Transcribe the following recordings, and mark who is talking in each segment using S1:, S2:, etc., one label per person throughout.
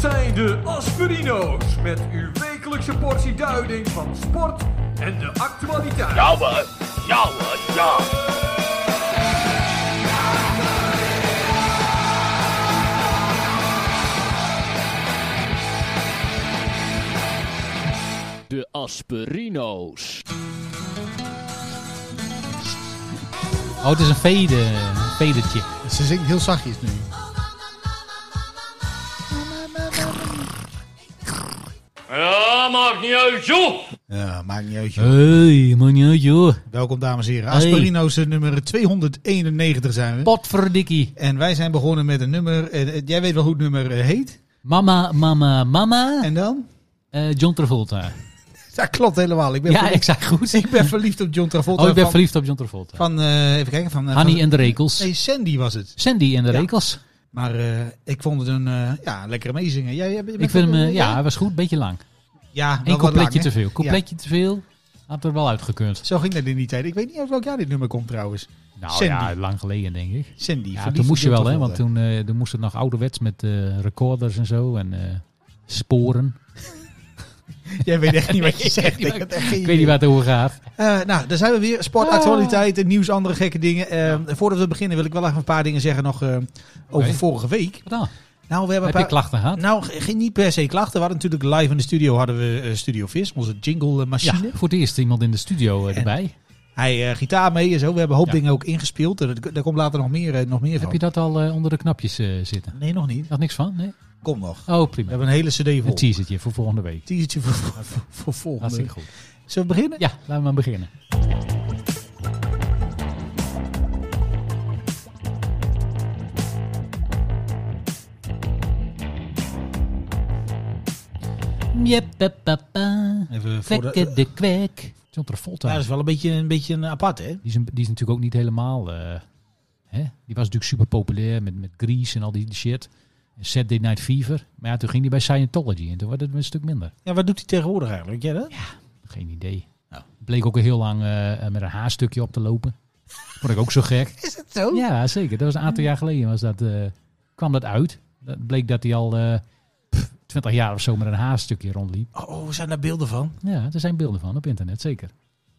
S1: zijn de Aspirino's met uw wekelijkse portie duiding van sport en de actualiteit.
S2: Ja hoor, ja hoor, ja.
S3: De Asperino's.
S4: Oh, het is een vede, een vedertje.
S5: Ze zingt heel zachtjes nu.
S2: Ja, maakt niet uit, joh.
S5: Ja, maakt niet uit. joh.
S4: Hey, man, joh.
S5: Welkom dames en heren.
S4: Hey.
S5: Asperino's eh, nummer 291 zijn we.
S4: Potverdikkie.
S5: En wij zijn begonnen met een nummer. En, eh, jij weet wel hoe het nummer eh, heet.
S4: Mama, mama, mama.
S5: En dan?
S4: Eh, John Travolta.
S5: Dat klopt helemaal. Ik ben,
S4: Ja,
S5: verliefd,
S4: ik zeg goed.
S5: ik ben verliefd op John Travolta.
S4: Oh, ik ben
S5: van,
S4: verliefd op John Travolta.
S5: Van, eh, even kijken. Van, eh,
S4: Hanny
S5: van-
S4: en de Rekels.
S5: Nee, Sandy was het.
S4: Sandy en de
S5: Ja.
S4: Rekels.
S5: Maar eh, ik vond het een eh, ja, lekkere meezingen. Jij, jij bent-
S4: Ik vind hem, eh,
S5: jij-
S4: ja, hij was goed. Beetje lang.
S5: ja wel
S4: Eén
S5: wat lang,
S4: coupletje
S5: hè?
S4: te veel.
S5: Ja.
S4: Coupletje te veel. Had er wel uitgekund.
S5: Zo ging dat in die tijd. Ik weet niet uit welk jaar dit nummer komt trouwens.
S4: Nou
S5: Sandy.
S4: ja, lang geleden denk ik.
S5: Sandy.
S4: Ja,
S5: verliefd
S4: toen
S5: op
S4: moest je
S5: John
S4: wel, hè?
S5: Travolta.
S4: Want toen, eh, toen moest het nog ouderwets met eh, recorders en zo. En eh, sporen.
S5: Jij weet echt niet wat je zegt.
S4: niet
S5: Ik,
S4: wat-
S5: had echt geen
S4: Ik
S5: idee.
S4: weet niet waar het over gaat.
S5: Eh, nou, daar zijn we weer. Sport, actualiteiten,
S4: Oh.
S5: nieuws, andere gekke dingen. Eh, Voordat we beginnen wil ik wel even een paar dingen zeggen nog eh, over
S4: Oké.
S5: vorige week.
S4: Wat dan?
S5: Nou, we hebben
S4: Heb je
S5: een paar...
S4: klachten gehad?
S5: Nou, ge- geen- niet per se klachten. We hadden natuurlijk live in de studio hadden we eh, Studio Vis, onze jingle eh,
S4: Ja,
S5: machine.
S4: voor het eerst iemand in de studio eh,
S5: En-
S4: erbij.
S5: Hij eh, gitaar mee en zo. We hebben een hoop
S4: Ja.
S5: dingen ook ingespeeld. Er, daar komt later nog meer, eh, nog meer
S4: Heb
S5: van.
S4: je dat al eh, onder de knapjes eh, zitten?
S5: Nee, nog niet.
S4: Nog niks van? Nee?
S5: Kom nog.
S4: Oh,
S5: We
S4: prima.
S5: hebben een hele cd vol.
S4: Een teasertje voor volgende week.
S5: Teasertje voor, voor, voor volgende.
S4: Hartstikke goed.
S5: Zullen we beginnen?
S4: Ja, laten we maar beginnen. Jeppepapa.
S5: Even voor de...
S4: Kwekke de kwek. John Travolta.
S5: Ja, dat is wel een beetje een, beetje een apart, hè?
S4: Die is, een- die is natuurlijk ook niet helemaal. eh, hè? Die was natuurlijk super populair met, met Grease en al die shit. En Saturday Night Fever. Maar ja, toen ging hij bij Scientology en toen werd het een stuk minder.
S5: Ja, wat doet hij tegenwoordig eigenlijk? Weet jij dat?
S4: Geen idee. Bleek ook heel lang eh, eh, met een haarstukje op te lopen. Vond ik ook zo gek.
S5: Is het zo?
S4: Ja, zeker. Dat was een aantal jaar geleden was dat, eh, kwam dat uit. Dat bleek dat hij al eh, twintig jaar of zo met een haarstukje rondliep.
S5: Oh, Oh, zijn daar beelden van?
S4: Ja, er zijn beelden van op internet, zeker.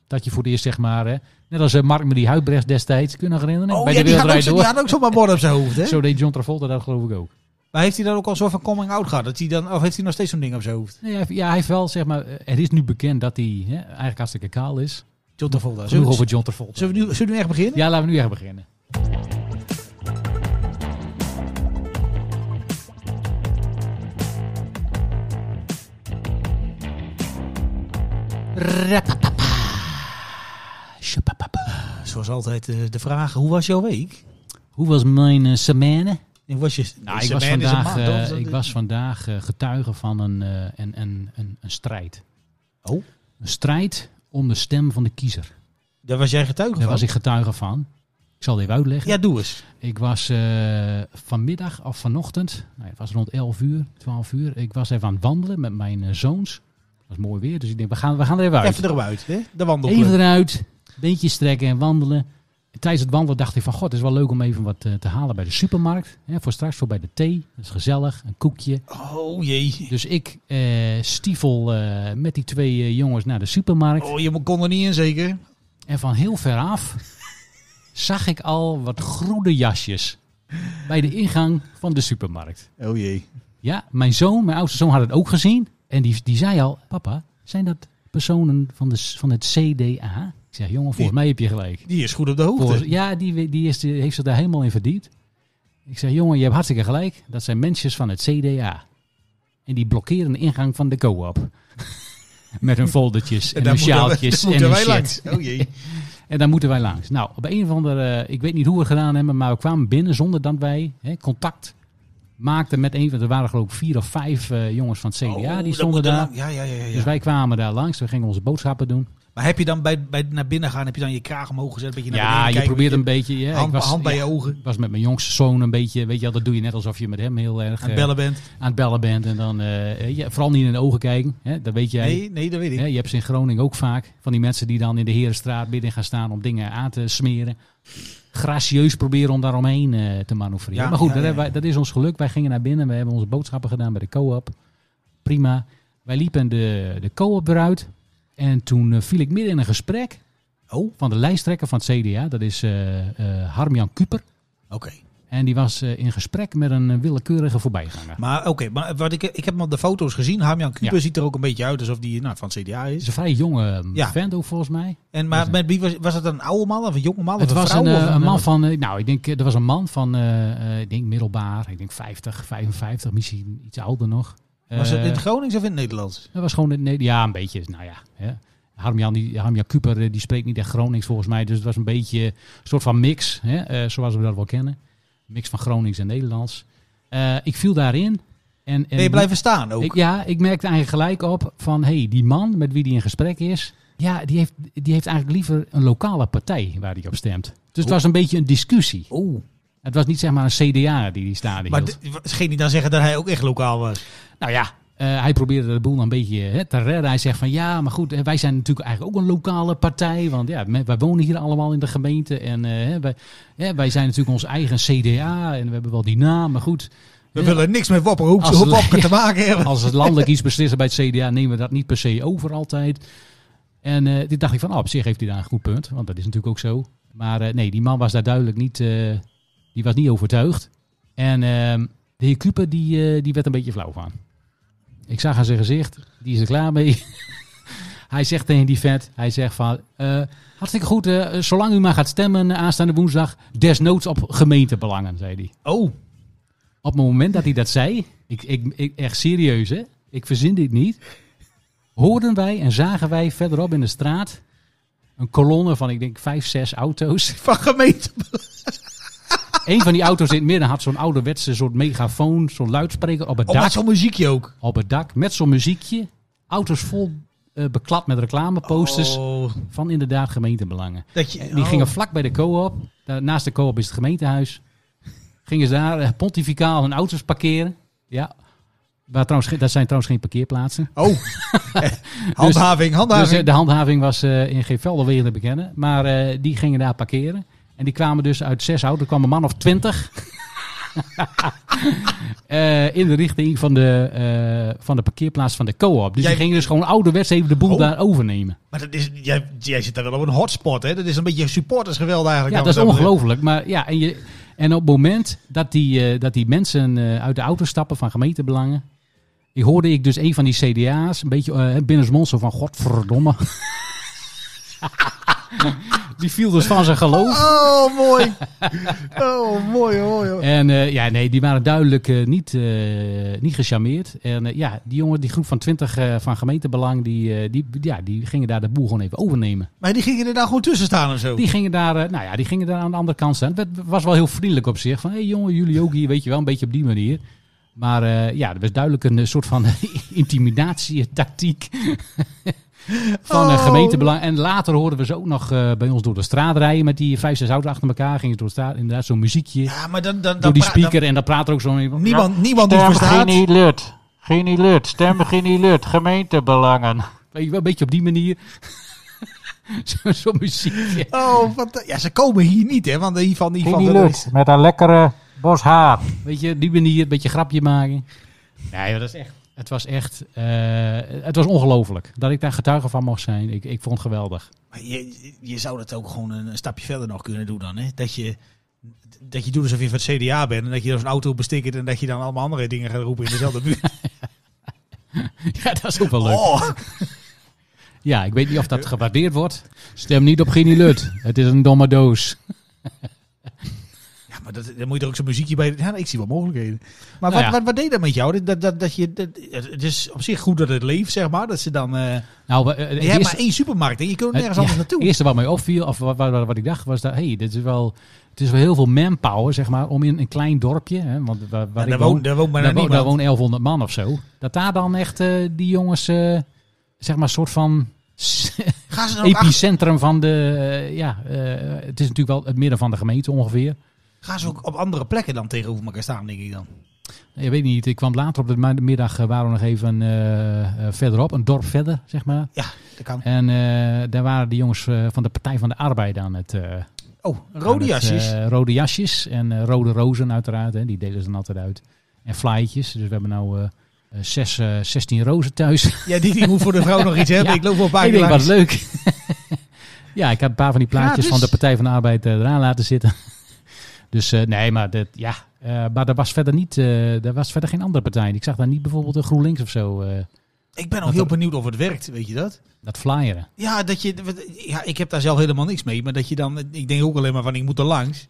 S4: Dat je voor het eerst zeg maar, eh, net als eh, Mark Marie Huibrecht destijds, kun je nog herinneren?
S5: Oh,
S4: Bij
S5: ja,
S4: de
S5: die had, ook,
S4: Wereldrijd
S5: zo-
S4: Door.
S5: die had ook zomaar bord op zijn hoofd, hè?
S4: Zo deed John Travolta dat geloof ik ook.
S5: Maar heeft hij dan ook al zo van coming out gehad? Dat hij dan, of heeft hij nog steeds zo'n ding op zijn hoofd?
S4: Nee, hij, heeft- ja, hij heeft wel zeg maar, eh, het is nu bekend dat hij hè, eigenlijk hartstikke kaal is.
S5: John Travolta. Zullen
S4: Genoeg
S5: we,
S4: over
S5: zullen
S4: John Travolta.
S5: we, nu, zullen we nu echt beginnen?
S4: Ja, laten we nu echt beginnen. Rapapapa. Shapapapa.
S5: Zoals altijd eh, de vraag, hoe was jouw week?
S4: Hoe was mijn eh, semaine?
S5: En was je,
S4: Nou,
S5: Deze
S4: ik was
S5: man is een
S4: vandaag,
S5: man, toch?
S4: eh,
S5: Is dat-
S4: ik was vandaag eh, getuige van een, eh, een, een, een, een strijd.
S5: Oh.
S4: Een strijd om de stem van de kiezer.
S5: Daar was jij getuige
S4: Daar
S5: van?
S4: was ik getuige van. Ik zal het even uitleggen.
S5: Ja, doe eens.
S4: Ik was eh, vanmiddag of vanochtend, nou, het was rond 11 uur, 12 uur. Ik was even aan het wandelen met mijn eh, zoons. Het was mooi weer, dus ik denk, we gaan, we gaan er even uit.
S5: Even eruit, hè? De wandelclub.
S4: Even eruit, beentjes strekken en wandelen. En Tijdens het wandelen dacht ik van, god, het is wel leuk om even wat eh, te halen bij de supermarkt. Hè, voor straks, voor bij de thee. Dat is gezellig, een koekje.
S5: Oh jee.
S4: Dus ik eh, stiefel eh, met die twee eh, jongens naar de supermarkt.
S5: Oh, je kon er niet in zeker?
S4: En van heel ver af zag ik al wat groene jasjes bij de ingang van de supermarkt.
S5: Oh jee.
S4: Ja, mijn zoon, mijn oudste zoon had het ook gezien. En die, die zei al, papa, zijn dat personen van, de, s- van het CDA? Ik zeg, jongen, volgens mij heb je gelijk.
S5: Die is goed op de hoogte.
S4: Volgens- ja, die, die, is, die heeft zich daar helemaal in verdiept. Ik zeg, jongen, je hebt hartstikke gelijk. Dat zijn mensen van het CDA. En die blokkeren de ingang van de co-op. Met hun foldertjes en,
S5: daar
S4: hun
S5: moeten wij-
S4: sjaaltjes
S5: daar
S4: en hun
S5: moeten wij
S4: shit.
S5: langs. Oh jee.
S4: En daar moeten wij langs. Nou, op een of andere, ik weet niet hoe we het gedaan hebben, maar we kwamen binnen zonder dat wij hè, contact maakten met een van, er waren geloof ik vier of vijf eh, jongens van het
S5: Oh,
S4: CDA,
S5: dat
S4: die
S5: moet
S4: stonden
S5: er
S4: daar.
S5: lang- Ja, ja, ja. ja, ja.
S4: Dus wij kwamen daar langs, we gingen onze boodschappen doen.
S5: Maar heb je dan bij, bij naar binnen gaan, heb je dan je kraag omhoog gezet? Een beetje naar
S4: Ja,
S5: beneden
S4: Nou, je
S5: kijken,
S4: probeert een
S5: beetje
S4: beetje, ja,
S5: hand,
S4: ik was,
S5: hand bij
S4: ja,
S5: je ogen.
S4: ik was met mijn jongste zoon een beetje, weet je wel, dat doe je net alsof je met hem heel erg
S5: Aan het
S4: eh,
S5: bellen bent.
S4: aan het bellen bent. En dan, eh, ja, vooral niet in de ogen kijken, hè, dat weet jij.
S5: Nee, nee, dat weet ik.
S4: Hè, je hebt ze in Groningen ook vaak van die mensen die dan in de Herenstraat binnen gaan staan om dingen aan te smeren. gracieus proberen om daaromheen eh te manoeuvreren.
S5: Ja,
S4: maar goed,
S5: ja,
S4: dat,
S5: ja,
S4: hebben wij-
S5: ja.
S4: dat is ons geluk. Wij gingen naar binnen, we hebben onze boodschappen gedaan bij de co-op. Prima. Wij liepen de, de co-op eruit. En toen eh, viel ik midden in een gesprek
S5: Oh,
S4: van de lijsttrekker van het CDA. Dat is eh, eh, Harmjan Kuper.
S5: oké.
S4: En die was eh, in gesprek met een eh, willekeurige voorbijganger.
S5: Maar oké, maar wat ik, ik heb hem op de foto's gezien. Harmjan Kuper
S4: Ja.
S5: ziet er ook een beetje uit alsof die nou, van het CDA
S4: Het
S5: is.
S4: is een vrij jonge eh,
S5: Ja.
S4: vent ook volgens mij.
S5: En, maar
S4: Dus-
S5: met wie was, was het een oude man of een jonge man? Of
S4: Het
S5: een
S4: was
S5: vrouw,
S4: een,
S5: of
S4: eh, een man
S5: eh,
S4: van, eh, nou ik denk, eh, er was een man van, eh, eh, ik denk middelbaar, ik denk 50, 55, misschien iets ouder nog.
S5: Was het in
S4: Eh,
S5: het Gronings of in het Nederlands?
S4: dat was gewoon, een- nee, ja een beetje, nou ja. Hè. Harmjan, die, Harmjan Kuper, eh, die spreekt niet echt Gronings volgens mij, dus het was een beetje een soort van mix, hè, eh, zoals we dat wel kennen. Mix van Gronings en Nederlands. Eh, ik viel daarin. En, en
S5: Ben je blijven staan ook?
S4: ik, ja, ik merkte eigenlijk gelijk op van hey, die man met wie die in gesprek is, ja, die heeft, die heeft eigenlijk liever een lokale partij waar hij op stemt. Dus het
S5: Oh.
S4: was een beetje een discussie.
S5: Oeh.
S4: Het was niet zeg maar een CDA die die staande
S5: Maar
S4: hield.
S5: d- ging hij dan zeggen dat hij ook echt lokaal was?
S4: Nou ja, eh, hij probeerde de boel dan een beetje hè, te redden. Hij zegt van ja, maar goed, eh, wij zijn natuurlijk eigenlijk ook een lokale partij. Want ja, me- wij wonen hier allemaal in de gemeente. En eh, hè, wij, hè, wij zijn natuurlijk ons eigen CDA en we hebben wel die naam. Maar goed,
S5: We
S4: Ja.
S5: willen niks met Wopperhoek
S4: Als-
S5: Wopke
S4: ja.
S5: te maken hebben.
S4: als het landelijk iets beslist bij het CDA, nemen we dat niet per se over altijd. En eh, dit dacht ik van, oh, op zich heeft hij daar een goed punt. Want dat is natuurlijk ook zo. Maar eh, nee, die man was daar duidelijk niet, eh, die was niet overtuigd. En ehm, de heer Kuper, die, eh, die werd een beetje flauw van. Ik zag aan zijn gezicht, die is er klaar mee. hij zegt tegen die vet, hij zegt van, eh, hartstikke goed, eh, zolang u maar gaat stemmen eh, aanstaande woensdag, desnoods op gemeentebelangen, zei hij.
S5: Oh,
S4: Op het moment dat hij dat zei, ik, ik, ik, echt serieus hè, ik verzin dit niet. Hoorden wij en zagen wij verderop in de straat een kolonne van, ik denk, vijf, zes auto's.
S5: van gemeente.
S4: Eén van die auto's in het midden had zo'n ouderwetse soort megafoon, zo'n luidspreker op het
S5: Oh,
S4: dak.
S5: maar zo'n muziekje ook.
S4: Op het dak met zo'n muziekje. Auto's vol eh, beklad met reclameposters
S5: Oh,
S4: van inderdaad gemeentebelangen.
S5: dat je,
S4: En die
S5: oh.
S4: gingen vlak bij de co-op. Daar- Naast de co-op is het gemeentehuis. Gingen ze daar eh, pontificaal hun auto's parkeren. Ja. Waar trouwens, ge- dat zijn trouwens geen parkeerplaatsen.
S5: Oh, handhaving, handhaving.
S4: Dus eh, de handhaving was eh, in geen velden te bekennen. Maar eh, die gingen daar parkeren. En die kwamen dus uit zes auto's. Er kwam een man of twintig. Eh, in de richting van de, eh, van de parkeerplaats van de co-op. Dus
S5: Jij-
S4: die gingen dus gewoon ouderwets even de boel
S5: Oh.
S4: daar overnemen.
S5: maar dat is, jij, jij zit daar wel op een hotspot, hè? Dat is een beetje supportersgeweld eigenlijk. Nou,
S4: Ja,
S5: dan
S4: dat is
S5: wat betreft.
S4: ongelooflijk. Maar ja, en, je, en op het moment dat die, eh, dat die mensen eh, uit de auto stappen van gemeentebelangen. Die hoorde ik dus een van die CDA's, een beetje eh binnensmonds zo van godverdomme. die viel dus van zijn geloof.
S5: Oh, mooi. oh, mooi, mooi. hoor.
S4: En eh, ja, nee, die waren duidelijk eh, niet, eh, niet gecharmeerd. En eh, ja, die jongen, die groep van 20 eh, van gemeentebelang, die, eh, die, ja, die gingen daar de boel gewoon even overnemen.
S5: Maar die gingen er dan gewoon tussen staan of zo.
S4: Die gingen daar, eh, nou ja, die gingen daar aan de andere kant staan. Dat was wel heel vriendelijk op zich. Van, hé hey, jongen, jullie ook hier, weet je wel, een beetje op die manier. Maar eh, ja, er was duidelijk een eh, soort van intimidatietactiek van eh,
S5: Oh.
S4: gemeentebelang. En later hoorden we ze ook nog eh, bij ons door de straat rijden met die vijf, zes auto's achter elkaar. Gingen ze door de straat, inderdaad zo'n muziekje
S5: Ja, maar dan, dan, dan,
S4: door die
S5: pra- dan-
S4: speaker. En dan praat er ook zo'n...
S5: niemand, niemand die het
S6: Stem
S5: verstaat.
S6: geen lid. Geen lid. Stem geen lid. Gemeentebelangen.
S4: Weet je wel, een beetje op die manier. Zo- zo'n muziekje.
S5: Oh, wat, ja, ze komen hier niet, hè? Want hier van die van
S6: Geen lid. Met een lekkere bos haar.
S4: Weet je, die manier, een beetje grapje maken. Nee, dat is echt. Het was echt, eh, het was ongelooflijk dat ik daar getuige van mocht zijn. Ik, ik vond het geweldig.
S5: Maar je, je zou dat ook gewoon een, een stapje verder nog kunnen doen dan, hè? Dat je, dat je doet alsof je van het CDA bent en dat je dan zo'n auto bestikkert en dat je dan allemaal andere dingen gaat roepen in dezelfde buurt.
S4: Ja, dat is ook wel leuk.
S5: Oh,
S4: Ja, ik weet niet of dat gewaardeerd wordt. Stem niet op Ginny Lut. Het is een domme doos.
S5: ja, maar dat, dan moet je er ook zo'n muziekje bij... Ja, ik zie wel mogelijkheden. Maar
S4: Nou
S5: wat,
S4: ja.
S5: wat, wat deed dat met jou? Dat, dat, dat je, dat- het is op zich goed dat het leeft, zeg maar. Dat ze dan... eh
S4: Nou, we- eh, het
S5: je hebt
S4: eerste-
S5: maar één supermarkt en je
S4: het-
S5: kunt nergens
S4: ja,
S5: anders naartoe.
S4: Het eerste wat mij opviel, of wat, wat, wat ik dacht, was dat... hey, dit is wel, het is wel heel veel manpower, zeg maar, om in een klein dorpje... Hè, want waar, waar
S5: Ja,
S4: ik
S5: daar,
S4: woon-
S5: woont, daar woont bijna
S4: daar, wo- daar
S5: niemand.
S4: woont 1100 man of zo. Dat daar dan echt eh, die jongens, eh, zeg maar, soort van...
S5: Gaan ze dan ook, achter,
S4: epicentrum van de. eh, ja, eh, het is natuurlijk wel het midden van de gemeente ongeveer.
S5: gaan ze ook op andere plekken dan tegenover elkaar staan, denk ik dan?
S4: Ik weet niet, ik kwam later op de ma- middag, eh, waren we nog even eh, eh, verderop, een dorp verder, zeg maar.
S5: Ja, dat kan.
S4: En eh, daar waren de jongens eh, van de Partij van de Arbeid aan het, eh,
S5: Oh, rode
S4: Aan het,
S5: jasjes.
S4: eh, rode jasjes en eh, rode rozen uiteraard. Hè. Die delen ze dan altijd uit. En flyetjes. Dus we hebben nou eh, eh, zes, eh, 16 rozen thuis.
S5: Ja, die, die moet voor de vrouw nog iets hebben.
S4: Ja.
S5: Ik loop wel een paar
S4: ik
S5: keer
S4: denk, wat
S5: langs. dus-
S4: leuk. ja, ik had een paar van die plaatjes
S5: Gratis.
S4: van de Partij van de Arbeid eh, eraan laten zitten. dus eh, nee, maar dat, ja. Eh, maar er was, verder niet, eh, er was verder geen andere partij. Ik zag daar niet bijvoorbeeld een GroenLinks of zo. eh,
S5: Ik ben al
S4: Dat
S5: heel
S4: er-
S5: benieuwd of het werkt, weet je dat?
S4: dat flyeren.
S5: Ja, dat je, wat- ja, ik heb daar zelf helemaal niks mee. Maar dat je dan, ik denk ook alleen maar van, ik moet er langs.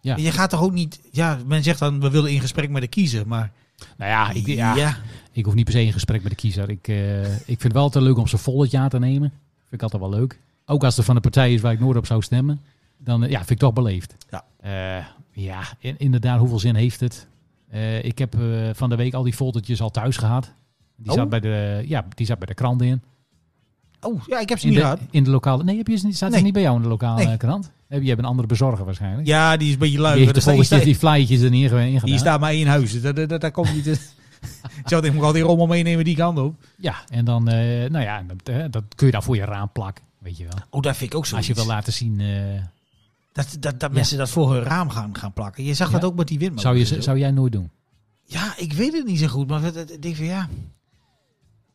S4: Ja.
S5: Je gaat toch ook niet, ja, men zegt dan, we willen in gesprek met de kiezer. Maar
S4: Nou ja, ik, ja.
S5: ja.
S4: ik hoef niet per se in gesprek met de kiezer. Ik, eh, ik vind het wel altijd leuk om zijn volletje aan te nemen. Vind ik altijd wel leuk. Ook als er van een partij is waar ik nooit op zou stemmen. Dan eh, ja, vind ik toch beleefd.
S5: Ja.
S4: Eh, ja, in- inderdaad, hoeveel zin heeft het? Eh, ik heb eh, van de week al die foldertjes al thuis gehad. Die,
S5: Oh.
S4: zat, bij de, ja, die zat bij de krant in.
S5: Oh, ja, ik heb ze
S4: In
S5: niet
S4: de,
S5: gehad.
S4: in de lokale... Nee, heb je, ze niet- zaten ze
S5: Nee.
S4: niet bij jou in de lokale
S5: Nee.
S4: eh, krant? Heb je hebt een andere bezorger waarschijnlijk.
S5: Ja, die is een beetje lui.
S4: die heeft de
S5: maar daar
S4: foldertjes,
S5: staat-
S4: die flyertjes er niet in
S5: Die staat maar in huis. Dat, dat, dat, dat komt niet. Ik zou denk ik altijd rommel meenemen die kant op.
S4: Ja, en dan, eh, nou ja, dat, eh, dat kun je dan voor je raam plakken, weet je wel.
S5: Oh, dat vind ik ook zo.
S4: Als je wil laten zien, eh,
S5: dat, dat, dat mensen dat voor hun raam gaan, gaan plakken. Je zag dat
S4: Ja.
S5: ook met die windmolen.
S4: zou, je,
S5: en zo.
S4: zou jij nooit doen.
S5: Ja, ik weet het niet zo goed, maar het- het- ik denk van ja.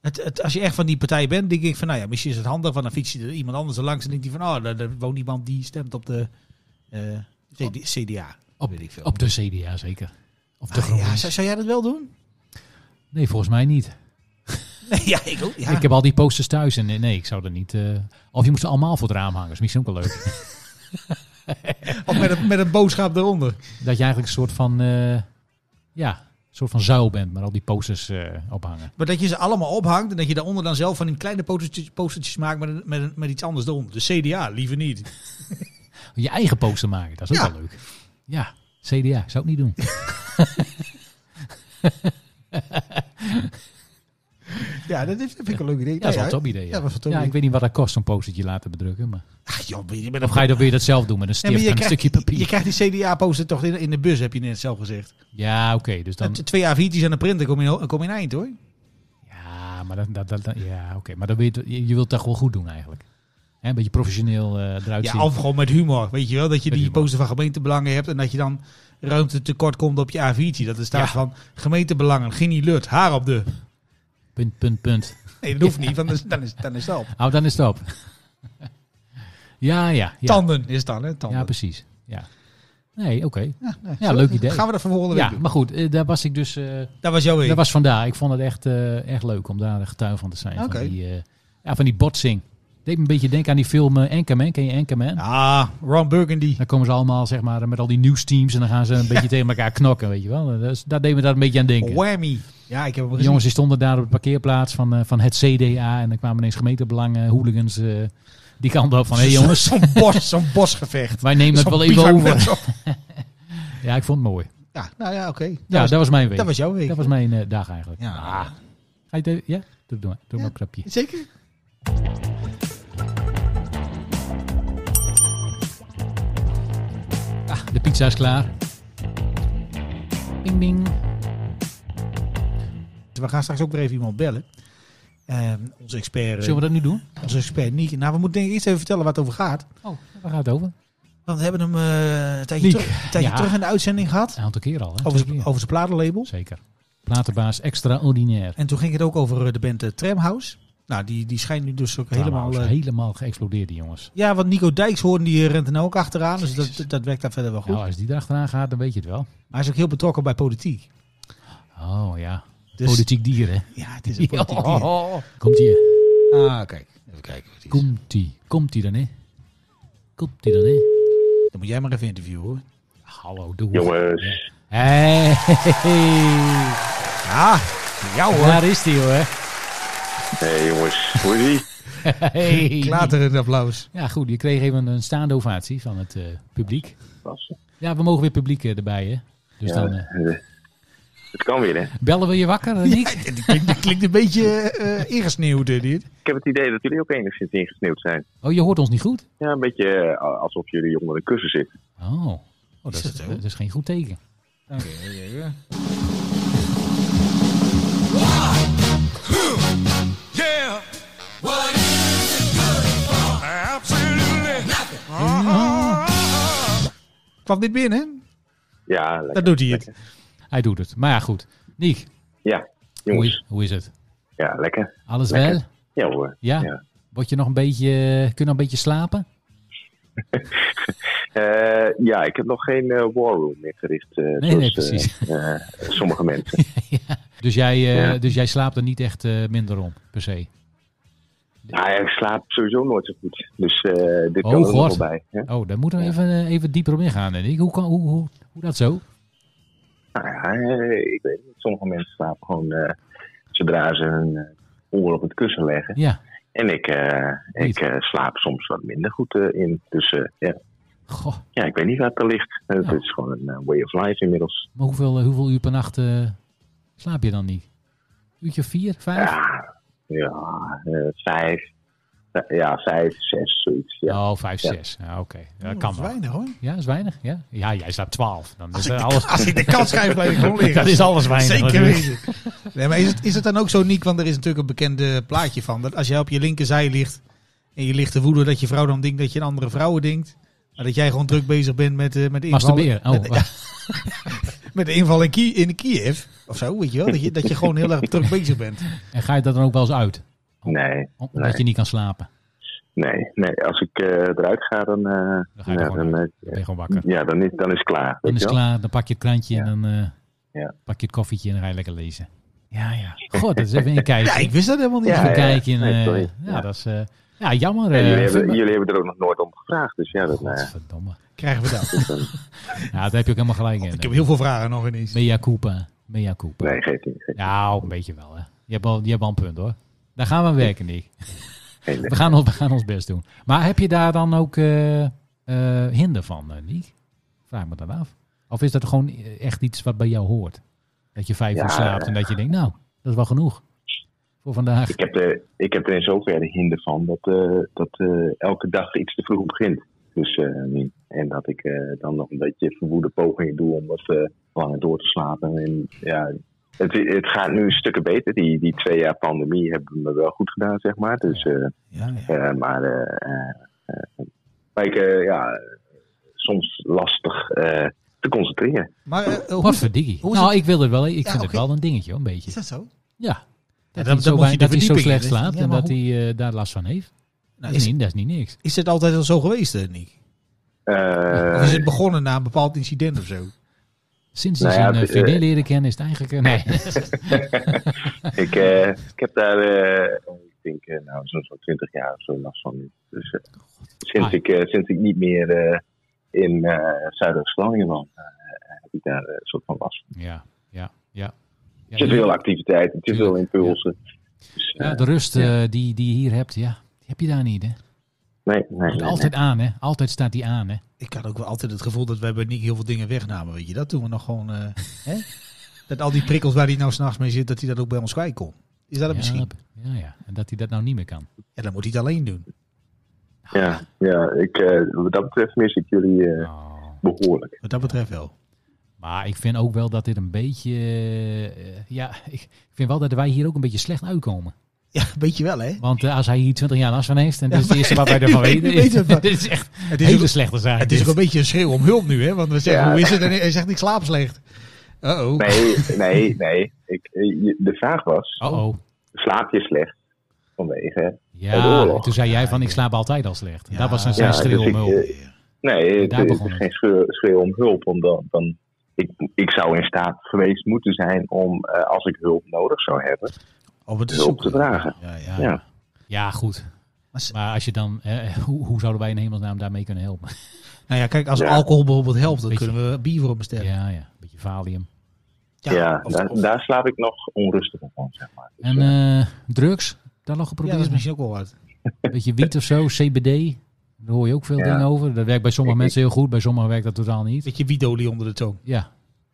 S5: Het, het, als je echt van die partij bent, denk ik van nou ja, misschien is het handig, want dan fiets je er iemand anders er langs en denkt hij van oh, daar, daar woont iemand die stemt op de eh, CD CDA.
S4: Op,
S5: weet ik veel.
S4: op de CDA zeker. Of de
S5: Ah, ja,
S4: GroenLinks.
S5: zou, zou jij dat wel doen?
S4: Nee, volgens mij niet.
S5: Nee, ja, ik ook. Ja.
S4: Ik heb al die posters thuis en eh, nee, ik zou er niet... eh, of je moest ze allemaal voor het raam hangen, is misschien ook wel leuk.
S5: Of met een, met een boodschap eronder.
S4: dat je eigenlijk een soort van, eh, ja, een soort van zuil bent, maar al die posters eh, ophangen.
S5: Maar dat je ze allemaal ophangt en dat je daaronder dan zelf van die kleine postertjes, postertjes maakt met, een- met, een- met iets anders eronder. De CDA, liever niet.
S4: Je eigen poster maken, dat is ook
S5: Ja.
S4: wel leuk. Ja, CDA, zou ik niet doen.
S5: Ja, dat is- vind ik een leuk idee.
S4: Ja, dat is wel
S5: Nou
S4: een top idee.
S5: Ja, dat is een top
S4: ja,
S5: idee.
S4: ik weet niet wat dat kost, zo'n postertje laten bedrukken, maar...
S5: Ah, joh, je bent
S4: Of ga je dan weer dat zelf doen met een
S5: Ja,
S4: stift
S5: maar je
S4: en een
S5: krijgt-
S4: stukje papier?
S5: Je krijgt die CDA-poster toch in, in de bus, heb je net zelf gezegd.
S4: Ja, oké. dus dan,
S5: T- Twee A4'tjes aan de printer, kom je, in- kom je in eind hoor.
S4: ja, maar, dat, dat, dat, dat- ja, oké maar dan weet, je, je wilt dat gewoon goed doen eigenlijk. Hè, een beetje professioneel eh, eruit zien.
S5: Ja, of gewoon met humor, weet je wel. Dat je
S4: Met
S5: die
S4: humor.
S5: poster van gemeentebelangen hebt en dat je dan ruimte tekort komt op je A4'tje. Dat er staat
S4: Ja.
S5: van gemeentebelangen, Ginny Lut, haar op de...
S4: Punt, punt, punt.
S5: Nee, dat hoeft niet, want dan is, dan is, dan is dat op.
S4: Oh, dan is het op. ja, ja. ja.
S5: Tanden is het dan, hè? Tanden.
S4: Ja, precies. Ja. Nee, oké.
S5: Ja, nee,
S4: Ja,
S5: zo-
S4: leuk idee.
S5: Gaan we dat voor volgende week
S4: Ja,
S5: doen?
S4: maar goed, eh, daar was ik dus... eh
S5: Dat was jouw
S4: dat
S5: week.
S4: was vandaag. Ik vond het echt, eh, echt leuk om daar getuige van te zijn.
S5: Oké.
S4: Van, die, eh, ja, van die botsing. Deed me een beetje denken aan die film eh, Anchorman. Ken je Anchorman?
S5: Ah, Ron Burgundy.
S4: Dan komen ze allemaal zeg maar, met al die nieuwsteams en dan gaan ze een beetje tegen elkaar knokken, weet je wel. Dus daar deden we daar een beetje aan denken.
S5: Oh, Whammy. Ja, ik heb hem
S4: Die
S5: gezien.
S4: jongens die stonden daar op de parkeerplaats van, eh, van het CDA en dan kwamen ineens gemeentebelangen, hooligans, eh, die kant op van, hé hey, jongens,
S5: Zo'n bos, zo'n bosgevecht.
S4: wij nemen het
S5: Zo'n
S4: wel even
S5: piekhakker
S4: over.
S5: zo.
S4: Ja, ik vond het mooi.
S5: Ja, nou ja, oké.
S4: Ja, dat was mijn week.
S5: Dat was jouw week.
S4: Dat was mijn eh, dag eigenlijk.
S5: Ja.
S4: Ah. Ga je het even- ja? Doe, doe, maar- doe maar een krapje.
S5: Zeker?
S4: De pizza is klaar. Bing, bing.
S5: We gaan straks ook weer even iemand bellen. Ehm, onze expert,
S4: Zullen we dat nu doen?
S5: eh, onze expert Niek. Nou, we moeten denk ik eerst even vertellen waar het over gaat.
S4: Oh, waar gaat het over?
S5: Want we hebben hem eh, een tijdje,
S4: Niek,
S5: terug, een tijdje
S4: ja.
S5: terug in de uitzending gehad.
S4: Een aantal keer al, hè?
S5: Over,
S4: Twee
S5: zijn-
S4: keer.
S5: over zijn platenlabel.
S4: Zeker. Platenbaas extraordinair.
S5: En toen ging het ook over eh, de band eh, Tramhouse. Nou, die, die schijnt nu dus ook helemaal...
S4: Helemaal,
S5: eh,
S4: helemaal geëxplodeerd, die jongens.
S5: ja, want Nico Dijkshoorn die eh, rent er nou ook achteraan. Dus dat, dat, werkt daar verder wel goed.
S4: Nou, als die erachteraan gaat, dan weet je het wel.
S5: Maar hij is ook heel betrokken bij politiek.
S4: Oh ja.
S5: Dus,
S4: Politiek dieren.
S5: Ja, het is een politiek dier. Oh.
S4: Komt ie.
S5: Ah, kijk. Even kijken. wat het is.
S4: Komt ie. Komt ie dan, hè? Komt ie dan, hè?
S5: Dan moet jij maar even interviewen hoor.
S4: Hallo, doe.
S7: Jongens,
S4: Hey.
S5: Ja, jou hoor.
S4: Daar is die hoor.
S7: hey jongens, hoe is ie?
S4: Hey.
S5: Klaterend applaus.
S4: Ja, goed. Je kreeg even een staande ovatie van het eh, publiek.
S7: Klasse.
S4: Ja, we mogen weer publiek eh, erbij, hè? Dus
S7: Ja.
S4: dan eh,
S7: Eh, Het kan weer, hè?
S4: bellen we je wakker, eh, Nick?
S5: Dat klinkt, dat klinkt een beetje eh ingesneeuwd, hè, dit.
S7: Ik heb het idee dat jullie ook enigszins ingesneeuwd zijn.
S4: Oh, je hoort ons niet goed?
S7: Ja, een beetje eh, alsof jullie onder een kussen zitten.
S4: Oh, oh dat, is,
S5: dat zo?
S4: dat is geen goed teken.
S1: Yeah. What is it good for? Absolutely nothing. Uh-huh.
S5: Kwam dit binnen?
S7: Ja, lekker.
S5: Dat doet hij het.
S4: Hij doet het. Maar ja, goed. Niek,
S7: Ja,
S4: hoe,
S7: jongens.
S4: hoe is het?
S7: Ja, lekker.
S4: Alles
S7: Lekker.
S4: wel?
S7: Ja hoor.
S4: Ja?
S7: Ja.
S4: Word je nog een beetje, kun je nog een beetje slapen?
S7: Eh, ja, ik heb nog geen eh, war room meer gericht. eh,
S4: nee,
S7: zoals,
S4: precies.
S7: eh, eh, sommige mensen.
S4: Dus jij, eh,
S7: Ja.
S4: dus jij slaapt er niet echt eh, minder om, per se.
S7: Nou, ja, ik slaap sowieso nooit zo goed. Dus eh, dit
S4: Oh,
S7: kan er nog
S4: God.
S7: wel bij. Hè?
S4: Oh, daar moeten we
S7: Ja.
S4: even, eh, even dieper op ingaan. En ik, hoe, kan, hoe, hoe, hoe dat zo?
S7: Nou ja, eh, ik weet niet. Sommige mensen slapen gewoon eh, zodra ze hun eh, oor op het kussen leggen.
S4: Ja.
S7: En ik, eh,
S4: Niet.
S7: ik eh, slaap soms wat minder goed eh, in. Dus eh, ja.
S4: Goh,
S7: ja, ik weet niet waar het aan ligt. Eh,
S4: Ja.
S7: Het is gewoon een eh, way of life inmiddels.
S4: maar hoeveel, eh, hoeveel uur per nacht eh, slaap je dan niet? Uurtje of vier, vijf?
S7: Ja, ja eh, vijf. Eh, Ja, vijf, zes, zoiets. Ja.
S4: Oh, vijf,
S7: Ja.
S4: zes. Ja, Oké, ja, kan wel.
S5: weinig hoor.
S4: Ja, is weinig. Ja, ja jij slaapt twaalf. Dan is
S5: Als ik,
S4: er
S5: de,
S4: alles...
S5: als ik de kans krijg, blijf ik gewoon liggen.
S4: Dat is alles weinig.
S5: Zeker
S4: natuurlijk.
S5: weten. Nee, maar is het, is het dan ook zo, Niek? Want er is natuurlijk een bekende plaatje van. Dat als jij op je linkerzij ligt en je ligt te woeden dat je vrouw dan denkt dat je een andere vrouwen denkt. Maar dat jij gewoon druk bezig bent met, eh met invallen.
S4: Masturberen. Oh,
S5: Met, met de inval in, Ki in Kiev. Of zo, weet je wel. Dat je, dat je gewoon heel erg druk bezig bent.
S4: En ga je dat dan ook wel eens uit?
S7: Nee,
S4: Om- Omdat
S7: Nee.
S4: je niet kan slapen.
S7: nee, nee. Als ik eh, eruit ga, dan, eh,
S4: Dan ga je
S7: ja,
S4: er gewoon
S7: dan, eh,
S4: Dan ben je gewoon wakker.
S7: ja, dan, is, dan is het klaar.
S4: Dan
S7: weet
S4: is
S7: je
S4: het
S7: wel?
S4: klaar. Dan pak je het krantje en
S7: Ja.
S4: dan eh,
S7: Ja.
S4: pak je het koffietje en dan ga je lekker lezen. Ja, ja. Goh, dat is even een kijkje.
S5: Ja, ik wist dat helemaal niet.
S7: Ja,
S4: Even een kijkje. en,
S7: Nee,
S4: eh,
S7: sorry.
S4: ja,
S7: Ja.
S4: dat is... eh, ja, jammer.
S7: En
S4: eh,
S7: jullie,
S4: vind
S7: hebben,
S4: maar-
S7: jullie hebben er ook nog nooit om gevraagd. Dus ja, dat, nou ja.
S4: Godverdomme.
S5: Krijgen we dat.
S4: Ja, daar heb je ook helemaal gelijk in. eh.
S5: Ik heb heel veel vragen nog ineens.
S4: Mea culpa. Mea culpa.
S7: nee, geeft niet. geeft
S4: Nou, een beetje wel, hè. Je hebt wel, je hebt wel een punt, hoor. Daar gaan we aan werken, Nick.
S7: geen-
S4: We gaan, ons, we gaan ons best doen. Maar heb je daar dan ook eh, eh, hinder van, eh, Niek? Vraag me dat af. Of is dat gewoon eh, echt iets wat bij jou hoort? Dat je vijf
S7: Ja,
S4: uur slaapt en dat je denkt, nou, dat is wel genoeg voor vandaag.
S7: Ik heb, er, ik heb er in zoverre hinder van dat, eh, dat eh, elke dag iets te vroeg begint. Dus, eh, en dat ik eh, dan nog een beetje verwoede pogingen doe om wat eh, langer door te slapen. En, ja, het, het gaat nu stukken beter. Die, die twee jaar pandemie hebben me wel goed gedaan, zeg maar. Dus, eh,
S5: Ja, ja.
S7: eh, maar eh, eh, eh, maar ik, eh, ja, soms lastig eh, te concentreren.
S5: Maar eh, hoe
S4: Wat
S5: is dat?
S4: verdikkie.
S5: hoe is
S4: Nou,
S5: het-
S4: ik wil het wel. Ik
S5: Ja,
S4: vind het
S5: oké.
S4: wel een dingetje, hoor, een beetje.
S5: Is dat zo?
S4: Ja. Dat,
S5: dat-
S4: hij,
S5: dan
S4: zo
S5: moet je
S4: bij-
S5: de
S4: dat hij zo
S5: verdieping in,
S4: slecht
S5: weet je.
S4: slaapt
S5: Ja,
S4: en
S5: maar
S4: dat hij eh, daar last van heeft.
S5: Nou,
S4: dat, is
S5: is,
S4: niet, dat is niet niks.
S5: is het altijd al zo geweest, eh, Niek?
S7: Eh,
S5: Of is het begonnen na een bepaald incident of zo?
S4: Sinds hij
S7: Nou ja,
S4: zijn eh,
S7: het- eh,
S4: vriendin leren kennen is het eigenlijk... eh, nee.
S7: ik, eh, ik heb daar, eh, ik denk, eh, nou, zo'n zo'n 20 jaar of zo last van. nu. Dus, eh, sinds,
S4: Ah.
S7: ik, eh, sinds ik niet meer eh, in eh Zuidoost-Groningen woon, eh, heb ik daar eh, een soort van last van.
S4: ja, ja, ja. ja
S7: te
S4: je-
S7: veel activiteiten, te veel
S4: Tuurlijk,
S7: impulsen. Dus, eh,
S4: Ja, de rust eh, die, die je hier hebt, ja, die heb je daar niet. Hè?
S7: nee, nee, nee, nee.
S4: Altijd aan, hè? Altijd staat die aan, hè?
S5: Ik had ook wel altijd het gevoel dat wij bij Nick heel veel dingen wegnamen. Weet je, dat toen we nog gewoon. eh, hè? Dat al die prikkels waar hij nou s'nachts mee zit, dat hij dat ook bij ons kwijt kon. Is dat het misschien?
S4: Ja, ja. En dat hij dat nou niet meer kan.
S5: Ja, dan moet hij het alleen doen.
S7: Ja, ja ik, eh, wat dat betreft mis ik jullie eh,
S4: Oh.
S7: behoorlijk.
S5: Wat dat betreft wel.
S4: Maar ik vind ook wel dat dit een beetje... eh, ja, ik vind wel dat wij hier ook een beetje slecht uitkomen.
S5: Ja, weet je wel, hè?
S4: Want eh, als hij hier 20 jaar last van heeft, en dit
S5: Ja,
S4: is het eerste wat wij
S5: nu
S4: ervan
S5: weet- nu
S4: weten.
S5: weten we het.
S4: dit is echt
S5: Het
S4: een
S5: is,
S4: hele
S5: ook,
S4: slechte zaak.
S5: het is ook
S4: dit.
S5: een beetje een schreeuw om hulp nu, hè? Want we zeggen,
S7: Ja.
S5: hoe is het? En hij zegt, ik slaap slecht. Uh-oh.
S7: Nee, nee, nee. Ik, eh, je- de vraag was,
S4: Oh, oh.
S7: slaap je slecht vanwege...
S4: Ja,
S7: oorlog.
S4: en toen zei jij van ik slaap altijd al slecht.
S5: Ja.
S4: dat was een
S5: Ja,
S4: zijn
S7: dus
S4: schreeuw om
S7: ik,
S4: hulp.
S7: eh, Nee, het,
S4: Daar
S7: het
S4: begon
S7: is
S4: het.
S7: geen schreeuw, schreeuw om hulp. Want dan, dan, ik, ik zou in staat geweest moeten zijn om, eh, als ik hulp nodig zou hebben,
S5: Om het te
S7: hulp te
S5: Oh, zoeken.
S7: vragen.
S5: Ja, eh, ja.
S4: Ja.
S7: Ja.
S4: Ja, goed.
S5: Maar s-
S4: Maar als je dan, eh, hoe, hoe zouden wij in hemelsnaam daarmee kunnen helpen?
S5: Nou ja, kijk, als
S7: Ja.
S5: alcohol bijvoorbeeld helpt, dan
S4: Beetje-
S5: kunnen we bier voor hem bestellen.
S4: Ja, ja. Een beetje valium.
S7: Ja,
S5: of-
S7: daar,
S5: of-
S7: daar slaap ik nog onrustiger van, zeg maar. Dus,
S4: En
S7: eh,
S4: eh, drugs? Daar nog
S5: ja, dat
S4: geprobeerd?
S5: is misschien ook wel wat.
S4: Een beetje wiet of zo, CBD. Daar hoor je ook veel
S7: Ja.
S4: dingen over. Dat werkt bij sommige
S7: Ik-
S4: mensen heel goed, bij sommigen werkt dat totaal niet.
S5: Beetje wietolie onder de tong.
S4: Ja.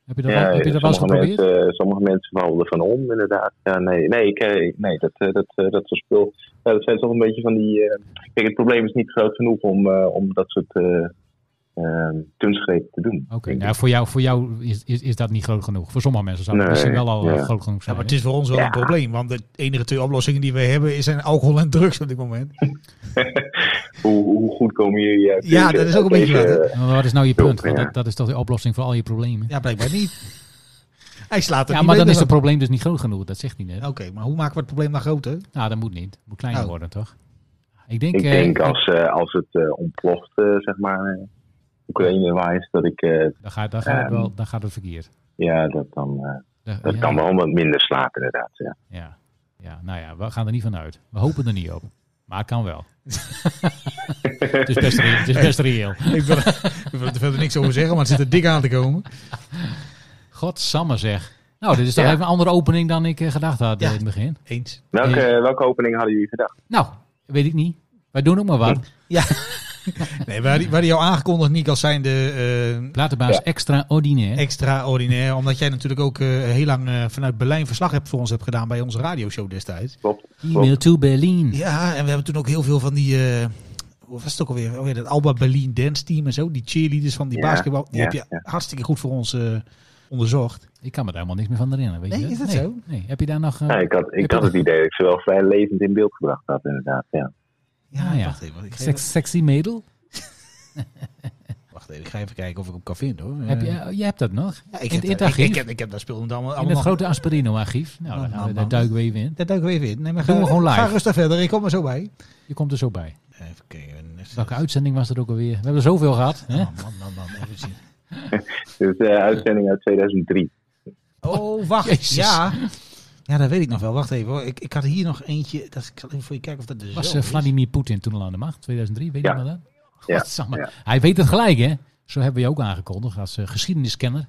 S4: Heb je dat,
S7: ja,
S4: wel, heb je dat wel eens
S7: sommige,
S4: geprobeerd?
S7: mensen, eh, sommige mensen vallen ervan om, inderdaad. Ja, nee, nee, ik, eh, nee dat, eh, dat, eh, dat soort spul. Ja, dat zijn toch een beetje van die. eh, kijk, het probleem is niet groot genoeg om, eh, om dat soort eh, eh, kunstgreep te doen.
S4: Oké,
S7: eh, denk
S4: nou,
S7: ik.
S4: voor jou, voor jou is, is, is dat niet groot genoeg. Voor sommige mensen zou dat
S7: Nee,
S4: misschien wel al eh,
S7: ja.
S4: groot genoeg
S5: Ja,
S4: zijn.
S5: maar het is voor ons wel een probleem, want de enige twee oplossingen die we hebben zijn alcohol en drugs op dit moment.
S7: Hoe, hoe goed komen jullie uit
S5: Ja,
S7: deze-
S5: dat is ook een
S7: uit
S5: beetje
S7: deze-
S5: wat,
S4: hè? Maar wat is nou je
S7: Hulp,
S4: punt? Want
S7: ja.
S4: dat, dat is toch de oplossing voor al je problemen? Ja,
S5: Ja, blijkbaar niet. Hij slaat het
S4: maar dan is het probleem dus niet groot genoeg. Dat zegt hij net.
S5: Oké, maar hoe maken we het probleem nou groter?
S4: Nou, dat moet niet. Het moet kleiner
S5: Oh.
S4: worden, toch? Ik denk...
S7: Ik
S4: eh,
S7: denk als, eh, als het eh, ontploft, eh, zeg maar, eh, Oekraïne-wijs, dat ik, eh,
S4: Dan gaat, dan gaat, het,
S7: Ehm.
S4: wel, dan gaat het verkeerd.
S7: ja, dat dan, eh,
S4: Dan-
S7: dat
S4: ja,
S7: kan wel wat minder slapen inderdaad. Ja.
S4: Ja. ja, nou ja, we gaan er niet van uit. We hopen er niet op. Maar het kan wel. het is best reëel. Het is best reëel.
S5: Ik wil, ik wil er verder niks over zeggen, maar het zit er dik aan te komen.
S4: Godsamme zeg. Nou, dit is toch
S7: Ja.
S4: even een andere opening dan ik eh, gedacht had eh,
S5: Ja.
S4: in het begin.
S5: Eens.
S7: Welke, welke opening hadden jullie gedacht?
S4: Nou, weet ik niet. Wij doen ook maar wat.
S5: Nee, we hadden, we hadden jou aangekondigd, Nick, als zijnde eh
S4: Platenbaas
S7: Ja.
S4: extraordinair.
S5: extraordinair. Omdat jij natuurlijk ook eh, heel lang eh, vanuit Berlijn verslag hebt voor ons hebt gedaan bij onze radioshow destijds.
S7: Klopt.
S4: E-mail to Berlin.
S5: Ja, en we hebben toen ook heel veel van die... eh, hoe was het ook alweer? Oh ja, dat Alba Berlin dance team en zo. Die cheerleaders van die
S7: Ja,
S5: basketbal. Die
S7: ja,
S5: heb je
S7: ja.
S5: hartstikke goed voor ons eh, onderzocht.
S4: Ik kan me daar helemaal niks meer van herinneren. Weet
S5: Nee,
S4: je
S5: is dat
S4: nee,
S5: zo?
S4: Nee. Heb je daar nog... eh,
S7: Ja, ik had,
S4: heb
S7: ik had
S4: je-
S7: het idee dat ik ze wel vrij levend in beeld gebracht had, inderdaad. Ja.
S5: Ja,
S4: Ah, ja.
S5: wacht even. want Ik ga, even,
S4: sex- sexy middel?
S5: wacht even, ik ga even kijken of ik hem kan vinden hoor.
S4: Heb
S5: Eh,
S4: je, oh, je hebt dat nog?
S5: ja, ik,
S4: in
S5: heb,
S4: het- in het
S5: daar- ik,
S4: archief?
S5: ik heb, ik heb daar speelde het allemaal,
S4: In
S5: allemaal
S4: het grote Asperino-archief? Nou,
S5: Man,
S4: daar, gaan we-
S5: man,
S4: daar
S5: man.
S4: duiken we even in.
S5: Daar duiken we even in. Nee, maar
S4: Doen
S5: ga,
S4: we gewoon live.
S5: Ga rustig verder, ik kom er zo bij.
S4: Je komt er zo bij.
S5: Even kijken.
S4: Welke uitzending was dat ook alweer? We hebben er zoveel gehad. Hè?
S5: Oh, Man, man, man, man, even zien.
S7: Dus eh uitzending uit 2003.
S5: Oh, wacht.
S4: Jezus.
S5: Ja. Ja, dat weet ik nog wel. Wacht even hoor. Ik, ik had hier nog eentje. Dat, ik zal even voor je kijken of dat er
S4: Was
S5: zo
S4: eh,
S5: is.
S4: Vladimir Poetin toen al aan de macht? 2003, weet je
S7: Ja.
S4: wel dat?
S7: Ja,
S4: Godsamme.
S7: ja.
S4: Hij weet het gelijk, hè? Zo hebben we je ook aangekondigd als eh, geschiedeniskenner,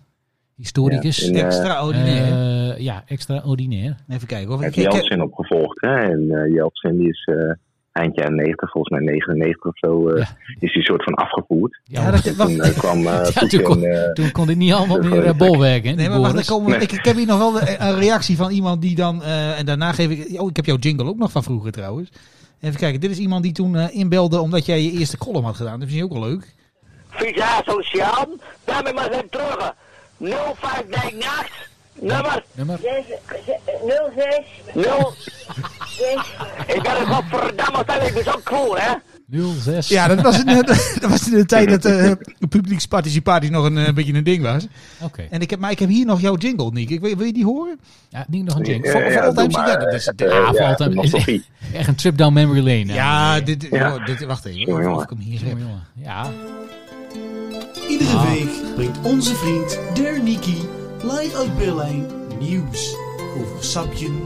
S4: historicus.
S7: Ja, in, eh,
S5: Extraordinair.
S4: Eh, ja, extraordinair.
S5: even kijken hoor.
S7: Heb
S5: Ik, ik, ik,
S7: Jeltsin opgevolgd. Hè? En eh, Jeltsin die is eh, eind jaren 90, volgens mij 99 of zo, eh,
S4: Ja.
S7: is die soort van afgevoerd.
S4: Ja,
S5: Ja,
S4: dat-
S5: dat-
S7: En toen eh, kwam eh,
S4: Ja, toen
S7: Poetin,
S4: kon-
S7: eh,
S4: toen kon dit niet allemaal
S7: dat
S4: meer
S7: weet
S4: eh,
S7: ik.
S4: bolwerken. hè, die
S5: Nee, maar wacht,
S4: Boris.
S5: daar komen we- ik, ik heb hier nog wel eh, een reactie van iemand die dan. eh, en daarna geef ik. Oh, ik heb jouw jingle ook nog van vroeger trouwens. Even kijken, dit is iemand die toen eh, inbelde omdat jij je eerste column had gedaan. Dat vind je ook wel leuk.
S8: Vind je haar sociaal? Bel me maar zijn terug. 0598 nummer
S4: Nummer?
S9: 06
S8: 0. Ik ben een godverdamme stel, ik ben zo cool, hè?
S4: 06.
S5: Ja, dat was in, de- dat was in de tijd dat eh publieksparticipatie nog een eh, beetje een ding was.
S4: Oké.
S5: En ik heb, maar ik heb hier nog jouw jingle, Nick. Ik, wil wil je die horen?
S4: Ja, niet nog een jingle.
S7: eh,
S5: voor- voor
S7: ja,
S5: Oldham
S7: doe
S5: zie
S7: maar,
S5: jij dat is het,
S7: eh,
S4: dus ja, voor
S7: ja,
S4: Oldham
S7: de
S4: is-
S7: nostalgie.
S4: Echt een trip down memory lane. nou.
S5: Ja, dit,
S7: Ja.
S5: oh, dit, wacht even.
S7: Sorry,
S5: Even
S7: jongen.
S5: of ik hem hier heb.
S4: Jongen, jongen. Ja.
S10: Iedere week brengt onze vriend Derniki live uit Berlijn nieuws over sapjen,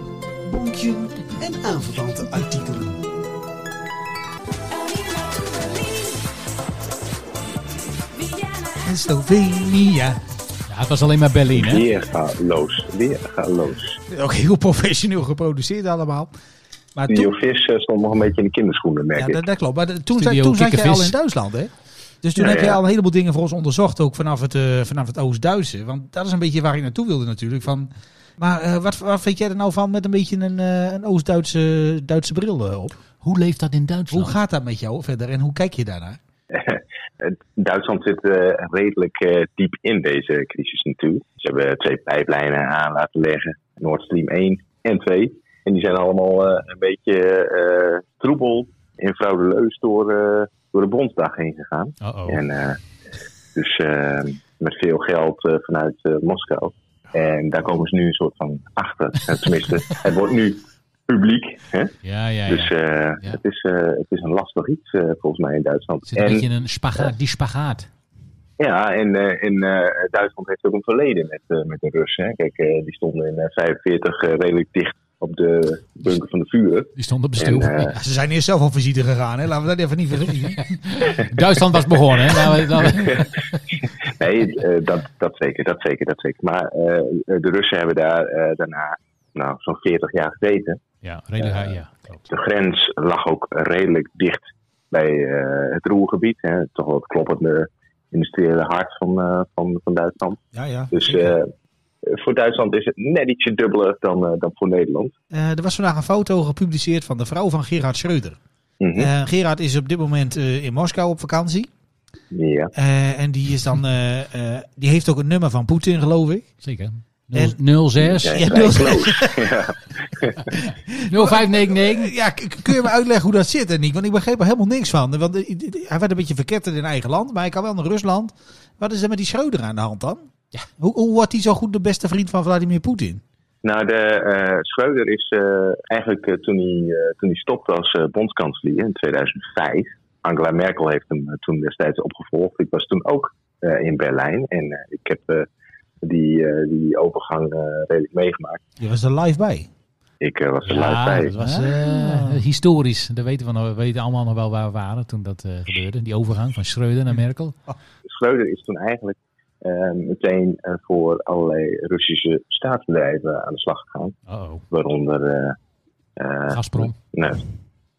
S10: bonkjen en aanverwante artikelen.
S5: En Slovenia.
S4: ja, het was alleen maar Berlin, hè?
S7: Weergaloos, weergaloos.
S5: Ook heel professioneel geproduceerd allemaal. Maar toen,
S7: Die vis eh, stond nog een beetje in de kinderschoenen, merk
S5: Ja,
S7: ik.
S5: dat, dat klopt. Maar de- toen,
S4: Studio
S5: zat- toen zat jij
S4: Kikkervis.
S5: al in Duitsland, hè? Dus toen
S7: Ja,
S5: heb je
S7: ja.
S5: al een heleboel dingen voor ons onderzocht, ook vanaf het, eh, vanaf het Oost-Duitse. Want dat is een beetje waar ik naartoe wilde natuurlijk. Van, maar eh, wat, wat vind jij er nou van met een beetje een, eh, een Oost-Duitse Duitse bril eh, op?
S4: Hoe leeft dat in Duitsland?
S5: Hoe gaat dat met jou verder en hoe kijk je daarnaar?
S7: Duitsland zit eh, redelijk eh, diep in deze crisis natuurlijk. Ze hebben eh, twee pijplijnen aan laten leggen, Nord Stream 1 en 2. En die zijn allemaal eh, een beetje eh, troebel en fraudeleus door, eh, door de Bondsdag heen gegaan.
S5: Oh.
S4: Uh-oh.
S7: En eh, dus eh, met veel geld eh, vanuit eh, Moskou. En daar komen ze nu een soort van achter. Eh, Tenminste, het wordt nu publiek. Hè?
S4: Ja, ja, ja.
S7: Dus eh,
S4: Ja.
S7: Het, is, eh, het is een lastig iets eh, volgens mij in Duitsland.
S4: Het zit een beetje in een spagaat, die spagaat.
S7: Ja, en, eh, en eh, Duitsland heeft ook een verleden met, eh, met de Russen. Hè. Kijk, eh, die stonden in 1945 redelijk dicht op de bunker van de vuren.
S4: Die stond op de stoel.
S7: En, eh,
S5: Ja, ze zijn eerst zelf op visite gegaan, hè? Laten we dat even niet vergeten.
S7: eh,
S4: Duitsland was begonnen, hè? Laten we- laten we-
S7: Nee, eh, dat, dat zeker, dat zeker, dat zeker. Maar eh, de Russen hebben daar eh, daarna nou, zo'n 40 jaar gezeten.
S4: Ja, redelijk, ja, ja, klopt.
S7: De grens lag ook redelijk dicht bij eh, het Roergebied. Hè. Toch wel het kloppende industriële hart van, eh, van, van Duitsland.
S5: Ja, ja.
S7: Dus eh, voor Duitsland is het net ietsje dubbeler dan, eh, dan voor Nederland.
S5: Eh, er was vandaag een foto gepubliceerd van de vrouw van Gerard Schreuder.
S7: Mhm.
S5: Eh, Gerard is op dit moment eh, in Moskou op vakantie.
S7: Ja.
S5: Eh, en die, is dan, eh, eh, die heeft ook het nummer van Poetin, geloof ik.
S4: Zeker.
S5: En-
S4: 06
S7: Ja,
S5: Ja,
S7: vrij
S5: dat-
S7: close. ja.
S4: 0599.
S5: Ja, k- kun je me uitleggen hoe dat zit, Nick? Want ik begreep er helemaal niks van. Want eh, hij werd een beetje verketterd in eigen land, maar hij kan wel naar Rusland. Wat is er met die Schreuder aan de hand dan? Hoe, hoe wordt hij zo goed de beste vriend van Vladimir Poetin?
S7: Nou, de, eh Schreuder is eh, eigenlijk eh, toen, hij, eh, toen hij stopte als eh, bondskanselier in 2005. Angela Merkel heeft hem eh, toen destijds opgevolgd. Ik was toen ook eh, in Berlijn en eh, ik heb eh, die, eh, die overgang eh, redelijk meegemaakt.
S5: Je was er live bij.
S7: Ik eh, was er live
S4: Ja,
S7: bij.
S4: dat
S5: Ah.
S4: was eh, historisch. Dat weten we, nog, we weten allemaal nog wel waar we waren toen dat eh, gebeurde. Die overgang van Schreuder naar Merkel.
S7: Dus Schreuder is toen eigenlijk eh, meteen eh, voor allerlei Russische staatsbedrijven aan de slag gegaan.
S4: Oh,
S7: Waaronder eh, eh,
S4: Gazprom.
S7: Nee.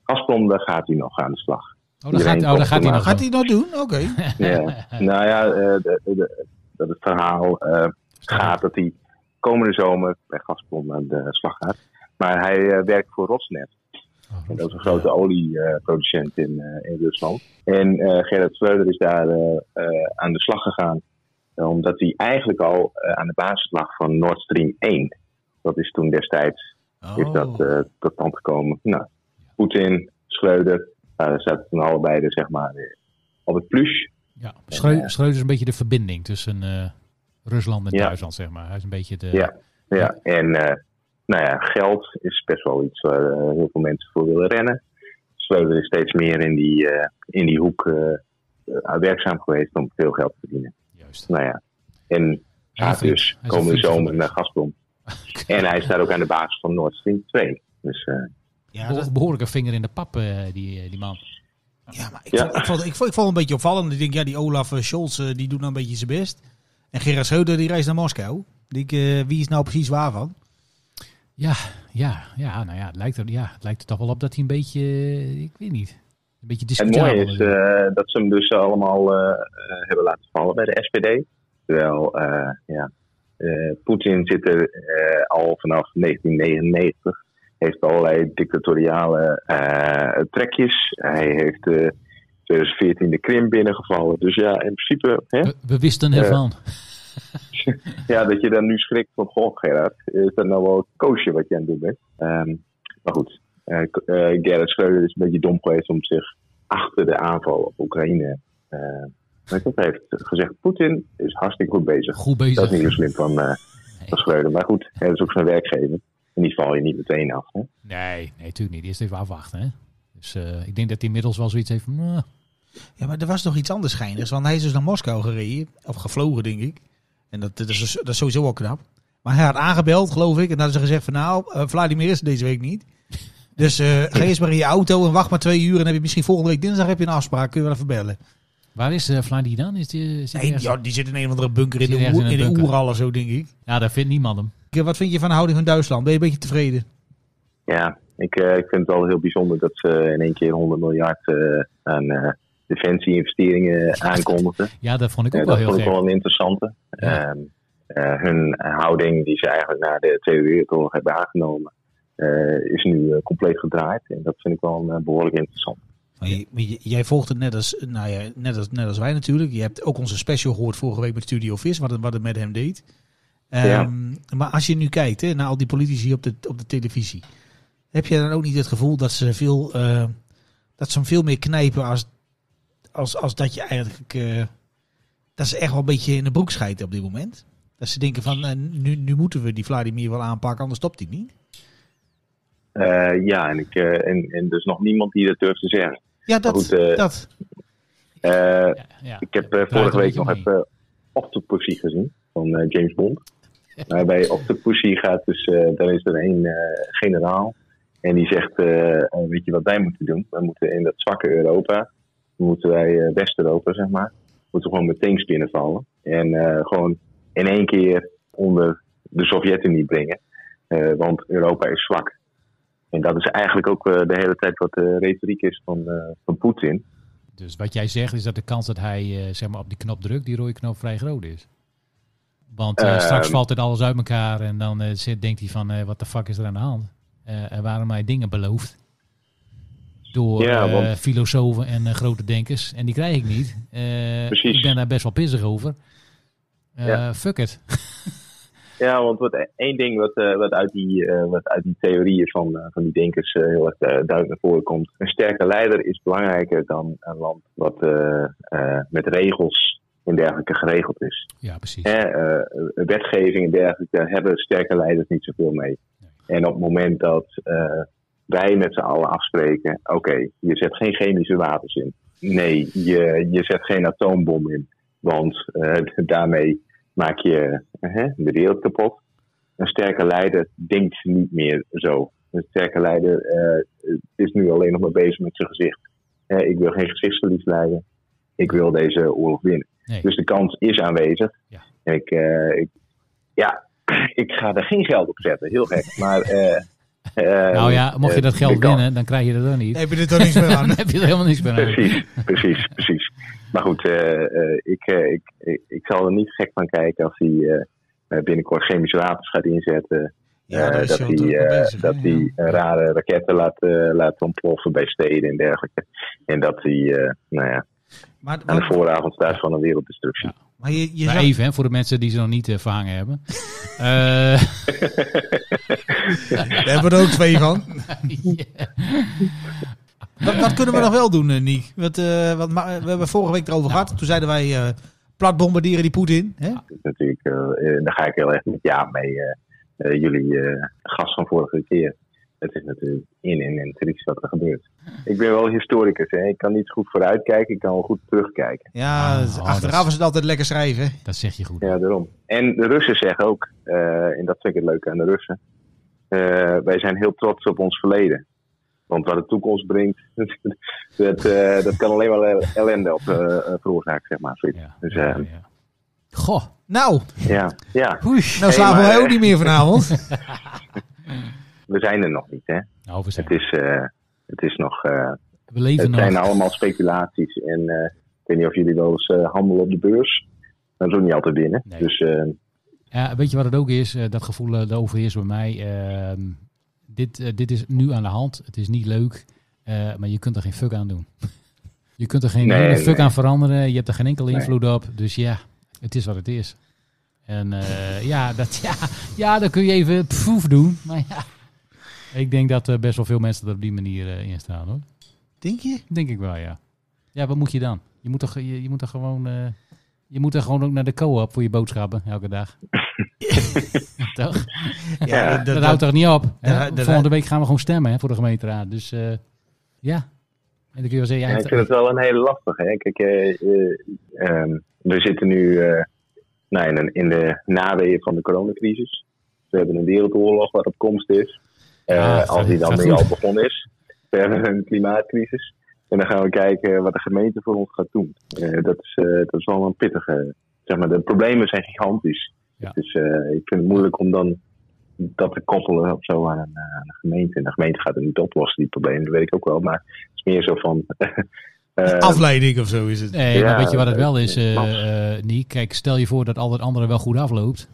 S7: Gazprom, daar gaat hij nog aan de slag.
S4: Oh, daar gaat, oh, daar gaat hij nog.
S5: Gaat hij nou doen? Oké.
S7: Ja. Nou ja, eh, de- de- dat het verhaal eh, gaat dat hij komende zomer bij Gazprom aan de slag gaat. Maar hij eh, werkt voor Rosneft. En dat is een grote olieproducent in, eh, in Rusland. En eh Gerrit Schreuder is daar eh, eh, aan de slag gegaan. eh, omdat hij eigenlijk al eh, aan de basis lag van Nord Stream 1. Dat is toen destijds
S4: Oh.
S7: is dat, eh, tot stand gekomen. Nou, Poetin, Schreuder, daar zaten toen allebei er, zeg maar, eh, op het plus.
S4: Ja, Schreu- Schreuder is een beetje de verbinding tussen eh, Rusland en
S7: Ja.
S4: Duitsland, zeg maar. Hij is een beetje de...
S7: Ja, ja. en eh, nou ja, geld is best wel iets waar eh, heel veel mensen voor willen rennen. Schreuder is steeds meer in die, eh, in die hoek eh, eh, werkzaam geweest om veel geld te verdienen.
S4: Juist.
S7: Nou ja, en
S4: Hij is
S7: gaat
S4: een vriend.
S7: dus
S4: Hij is een
S7: komende
S4: vriend van
S7: zomer
S4: ons.
S7: naar Gazprom. En hij staat ook aan de basis van Nord Stream 2. Dus eh,
S5: Ja,
S4: Beho-
S5: dat-
S4: behoorlijke vinger in de pap, eh, die, eh, die man.
S5: ja, maar ik,
S7: Ja.
S5: Vond, ik, vond, ik, vond, ik vond het een beetje opvallend. Ik denk, ja, die Olaf eh, Scholz, eh, die doet nou een beetje zijn best. En Gerard Schreuder, die reist naar Moskou. Ik Denk, eh, wie is nou precies waarvan?
S4: Ja, ja, ja, nou ja het, lijkt er, ja, het lijkt er toch wel op dat hij een beetje, eh, ik weet niet, een beetje
S7: het
S4: discutabel
S7: mooie is eh, dat ze hem dus allemaal eh, eh, hebben laten vallen bij de SPD. Terwijl, eh, ja, eh, Poetin zit er eh, al vanaf 1999. Heeft allerlei dictatoriale eh, trekjes. Hij heeft eh 2014 de Krim binnengevallen. Dus ja, in principe, hè,
S4: we, we wisten
S7: Eh,
S4: ervan.
S7: ja, dat je dan nu schrikt van, goh Gerard, is dat nou wel koosje wat je aan het doen bent? Ehm, maar goed, eh K- eh, Gerrit Schreuder is een beetje dom geweest om zich achter de aanval op Oekraïne... eh, maar dat heeft gezegd, Poetin is hartstikke goed bezig.
S4: Goed
S7: Dat is niet
S4: bezig.
S7: zo slim van, eh, van Schreuder. Maar goed, hè, dat is ook zijn werkgever. En die val je niet meteen af. Hè?
S4: Nee, nee, natuurlijk niet. Eerst even afwachten, hè. Dus eh, ik denk dat hij inmiddels wel zoiets heeft van, "Ah,
S5: Ja, maar er was nog iets anders schijnigs. Want hij is dus naar Moskou gereden. Of gevlogen, denk ik. En dat, dat, is, dus- dat is sowieso al knap. Maar hij had aangebeld, geloof ik. En hadden ze gezegd van nou, eh, Vladimir is er deze week niet. Dus eh, ga eerst maar in je auto en wacht maar twee uur. En dan heb je misschien volgende week dinsdag heb je een afspraak. Kun je wel even bellen.
S4: waar is eh Vladi dan? Is die, zit die
S5: Nee,
S4: ergens-
S5: ja, die zit in een of andere bunker in
S4: Zit
S5: de,
S4: ergens
S5: oer,
S4: in
S5: in
S4: een
S5: de
S4: bunker.
S5: oeral of zo, denk ik.
S4: ja, Nou, daar vindt niemand hem.
S5: Ik, eh, Wat vind je van de houding van Duitsland? Ben je een beetje tevreden?
S7: Ja, ik, eh, ik vind het wel heel bijzonder dat ze in één keer 100 miljard eh, aan eh, defensie-investeringen aankondigen.
S4: Ja, dat vond ik ook
S7: Ja,
S4: wel
S7: Eh,
S4: heel
S7: dat vond ik
S4: gek.
S7: wel een interessante.
S4: Ja.
S7: Ehm, eh, hun houding die ze eigenlijk na de Tweede Wereldoorlog hebben aangenomen, eh, is nu eh, compleet gedraaid. En dat vind ik wel eh, behoorlijk interessant.
S5: Maar je- maar je- jij volgt het net als, nou ja, net, als, net als wij natuurlijk. Je hebt ook onze special gehoord vorige week met Studio Vis, wat het, wat het met hem deed. Ehm,
S7: Ja.
S5: Maar als je nu kijkt hè, naar al die politici op de, op de televisie, heb je dan ook niet het gevoel dat ze, veel, eh, dat ze hem veel meer knijpen als, als, als dat je eigenlijk. eh, dat ze echt wel een beetje in de broek schijten op dit moment? Dat ze denken van, eh, nu, nu moeten we die Vladimir wel aanpakken, anders stopt hij niet.
S7: Eh, ja, en, ik, eh, en, en er is nog niemand die dat durft te zeggen.
S5: Ja, dat.
S7: Goed, eh,
S5: dat.
S7: Eh,
S4: Ja, ja.
S7: ik heb eh,
S4: Draait
S7: vorige
S4: een
S7: week
S4: beetje
S7: nog
S4: mee.
S7: even eh, Octopussy gezien van eh, James Bond. Maar bij Octopussy gaat dus, eh, daar is er een eh, generaal. En die zegt, eh, eh, weet je wat wij moeten doen? Wij moeten in dat zwakke Europa, moeten wij eh, West-Europa zeg maar, moeten gewoon met tanks binnenvallen. En eh, gewoon in één keer onder de Sovjet-Unie brengen. Eh, want Europa is zwak. En dat is eigenlijk ook eh, de hele tijd wat de retoriek is van, eh, van Poetin.
S4: Dus wat jij zegt is dat de kans dat hij eh, zeg maar op die knop drukt, die rode knop, vrij groot is. Want eh,
S7: Ehm.
S4: straks valt het alles uit elkaar en dan eh, zit, denkt hij van, wat de fuck is er aan de hand? Eh, en waarom hij dingen belooft? door
S7: Ja,
S4: eh,
S7: want-
S4: filosofen en eh, grote denkers. En die krijg ik niet. Eh,
S7: Precies.
S4: Ik ben daar best wel pissig over. Eh,
S7: Ja.
S4: Fuck it.
S7: Ja, want wat, één ding wat, eh, wat, uit die, eh, wat uit die theorieën van, eh, van die denkers eh, heel erg eh, duidelijk naar voren komt. Een sterke leider is belangrijker dan een land wat eh, eh, met regels en dergelijke geregeld is.
S4: Ja, precies.
S7: Hè, eh, wetgeving en dergelijke daar hebben sterke leiders niet zoveel mee. En op het moment dat eh, wij met z'n allen afspreken: oké, je zet geen chemische wapens in. Nee, je, je zet geen atoombom in. Want eh, daarmee maak je eh, hè, de wereld kapot. Een sterke leider denkt niet meer zo. Een sterke leider eh, is nu alleen nog maar bezig met zijn gezicht. Hè, ik wil geen gezichtsverlies leiden. Ik wil deze oorlog winnen.
S4: Nee.
S7: Dus de kans is aanwezig.
S4: Ja.
S7: Ik, eh, ik, ja, ik ga er geen geld op zetten. Heel gek. Maar, eh, eh,
S4: nou ja, mocht je
S7: eh,
S4: dat geld
S7: de kans-
S4: winnen, eh. dan krijg je dat ook niet.
S5: Heb je er toch niks meer aan?
S4: Dan heb je er helemaal niks meer aan.
S7: Precies, precies, precies. Maar goed, eh, eh, ik, eh, ik, ik, ik zal er niet gek van kijken als hij eh, eh, binnenkort chemische wapens gaat inzetten.
S5: Ja, daar
S7: Eh,
S5: is
S7: dat
S5: hij al
S7: hij,
S5: druk mee
S7: eh,
S5: bezig,
S7: dat
S5: hè,
S7: hij
S5: ja.
S7: eh, rare raketten laat, eh, laat ontploffen bij steden en dergelijke. En dat hij eh, nou ja,
S5: Maar,
S7: aan de
S5: maar,
S7: vooravond staat van een werelddestructie.
S5: maar je, je
S4: Maar
S5: zag-
S4: even, hè, voor de mensen die ze nog niet eh, verhangen hebben. Eh,
S5: daar hebben we er ook twee van.
S4: ja.
S5: Wat, wat kunnen we nog wel doen, eh, Niek? Wat, eh, wat, ma- we hebben vorige week erover gehad. Toen zeiden wij, eh, plat bombarderen die Poetin. Hè?
S7: Dat is natuurlijk, eh, eh, daar ga ik heel erg met ja mee. eh, eh, jullie eh, gast van vorige keer. Het is natuurlijk in en in triest wat er gebeurt. Ik ben wel historicus. Hè. Ik kan niet goed vooruitkijken, ik kan wel goed terugkijken.
S5: Ja, dus
S4: Ah, oh, dat
S5: achteraf
S4: is-
S5: is het altijd lekker schrijven. hè?
S4: dat zeg je goed.
S7: Ja, daarom. En de Russen zeggen ook, eh, en dat vind ik het leuke aan de Russen, eh, wij zijn heel trots op ons verleden. Want wat de toekomst brengt, dat, eh, dat kan alleen maar ellende op, eh, eh, veroorzaken, zeg maar. zoiets.
S4: Ja,
S7: Dus
S4: ja,
S7: eh,
S4: ja. Goh,
S5: Nou,
S7: ja, ja,
S4: oei.
S5: nou slapen
S7: maar,
S5: wij ook
S7: eh,
S5: niet meer vanavond.
S7: we zijn er nog niet. Hè.
S4: Nou, we, zijn,
S7: Het, is, eh, het is nog... eh,
S4: we leven
S7: Het
S4: nog.
S7: zijn allemaal speculaties. En eh, ik weet niet of jullie wel eens eh, handelen op de beurs. Dat is ook niet altijd binnen.
S4: Nee.
S7: Dus eh,
S4: Ja, weet je wat het ook is? Eh, dat gevoel eh, dat overheerst bij mij. Ehm, dit, eh, dit is nu aan de hand. Het is niet leuk. eh, maar je kunt er geen fuck aan doen. je kunt er geen
S7: Nee,
S4: ene fuck
S7: nee.
S4: aan veranderen. Je hebt er geen enkele
S7: Nee.
S4: invloed op. Dus ja, het is wat het is. En eh, ja, dat, ja, ja, dan kun je even proef doen. Maar ja, ik denk dat eh, best wel veel mensen er op die manier eh, in staan hoor.
S5: Denk je?
S4: Denk ik wel, ja. Ja, wat moet je dan? Je moet toch, je, je moet toch gewoon... eh, je moet er gewoon ook naar de co-op voor je boodschappen elke dag. toch?
S5: Ja,
S4: Dat, houdt toch niet op? hè?
S5: dat- dat-
S4: Volgende week gaan we gewoon stemmen hè, voor de gemeenteraad. Dus eh, ja. En dan kun je wel zeggen...
S7: ja,
S4: Ja,
S7: ik vind het wel een hele lastige. Hè? Kijk, eh, eh, ehm, we zitten nu eh, nou, in, een- in de naweeën van de coronacrisis. We hebben een wereldoorlog wat op komst is. Eh,
S4: Ja, het
S7: als die
S4: gaat-
S7: dan
S4: het
S7: nu
S4: gaat
S7: al
S4: goed.
S7: begonnen is. We hebben een klimaatcrisis. En dan gaan we kijken wat de gemeente voor ons gaat doen. Eh, dat, is, eh, dat is wel een pittige. Zeg maar, de problemen zijn gigantisch.
S4: Ja.
S7: Dus eh, ik vind het moeilijk om dan dat te koppelen of zo aan een, eh, aan een gemeente. En de gemeente gaat het niet oplossen, die problemen, dat weet ik ook wel. Maar het is meer zo van. eh,
S5: Afleiding of zo is het.
S4: Nee,
S7: Ja,
S4: maar weet je wat het wel is,
S7: dat-
S4: eh
S7: dat-
S4: eh, Niek? Kijk, stel je voor dat al het andere wel goed afloopt.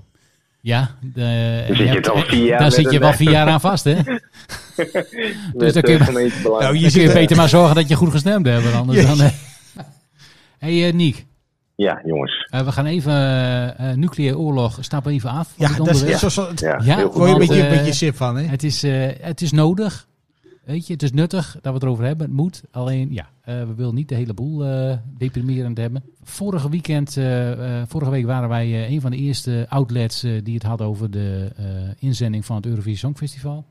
S4: Ja, de, en
S7: je
S4: hebt-
S7: dan vier jaar
S4: daar
S7: met
S4: zit je
S7: een-
S4: wel vier jaar aan vast, hè?
S7: met,
S4: Dus dan kun je-
S7: eh, gemeentebelangen.
S5: Nou,
S4: Je
S5: je
S4: kun je
S5: zit,
S4: beter maar zorgen dat je goed gestemd hebt. Anders dan, eh. hey, eh, Niek.
S7: Ja, jongens.
S4: Eh, we gaan even eh eh, nucleaire oorlog, stap even af. van
S5: ja,
S4: dit
S5: dat is,
S4: onderwerp.
S5: zo- zo- het-
S7: Ja,
S4: Ja,
S5: word
S7: heel
S5: je
S7: goed.
S5: een
S4: want,
S5: beetje, een
S4: eh,
S5: beetje sip van, hè?
S4: Het is, eh, het is nodig. Weet je, het is nuttig dat we het erover hebben. Het moet. Alleen, ja, eh, we willen niet de hele boel eh, deprimerend hebben. Vorige weekend, eh, eh, vorige week waren wij eh, een van de eerste outlets eh, die het hadden over de eh, inzending van het Eurovisie Songfestival.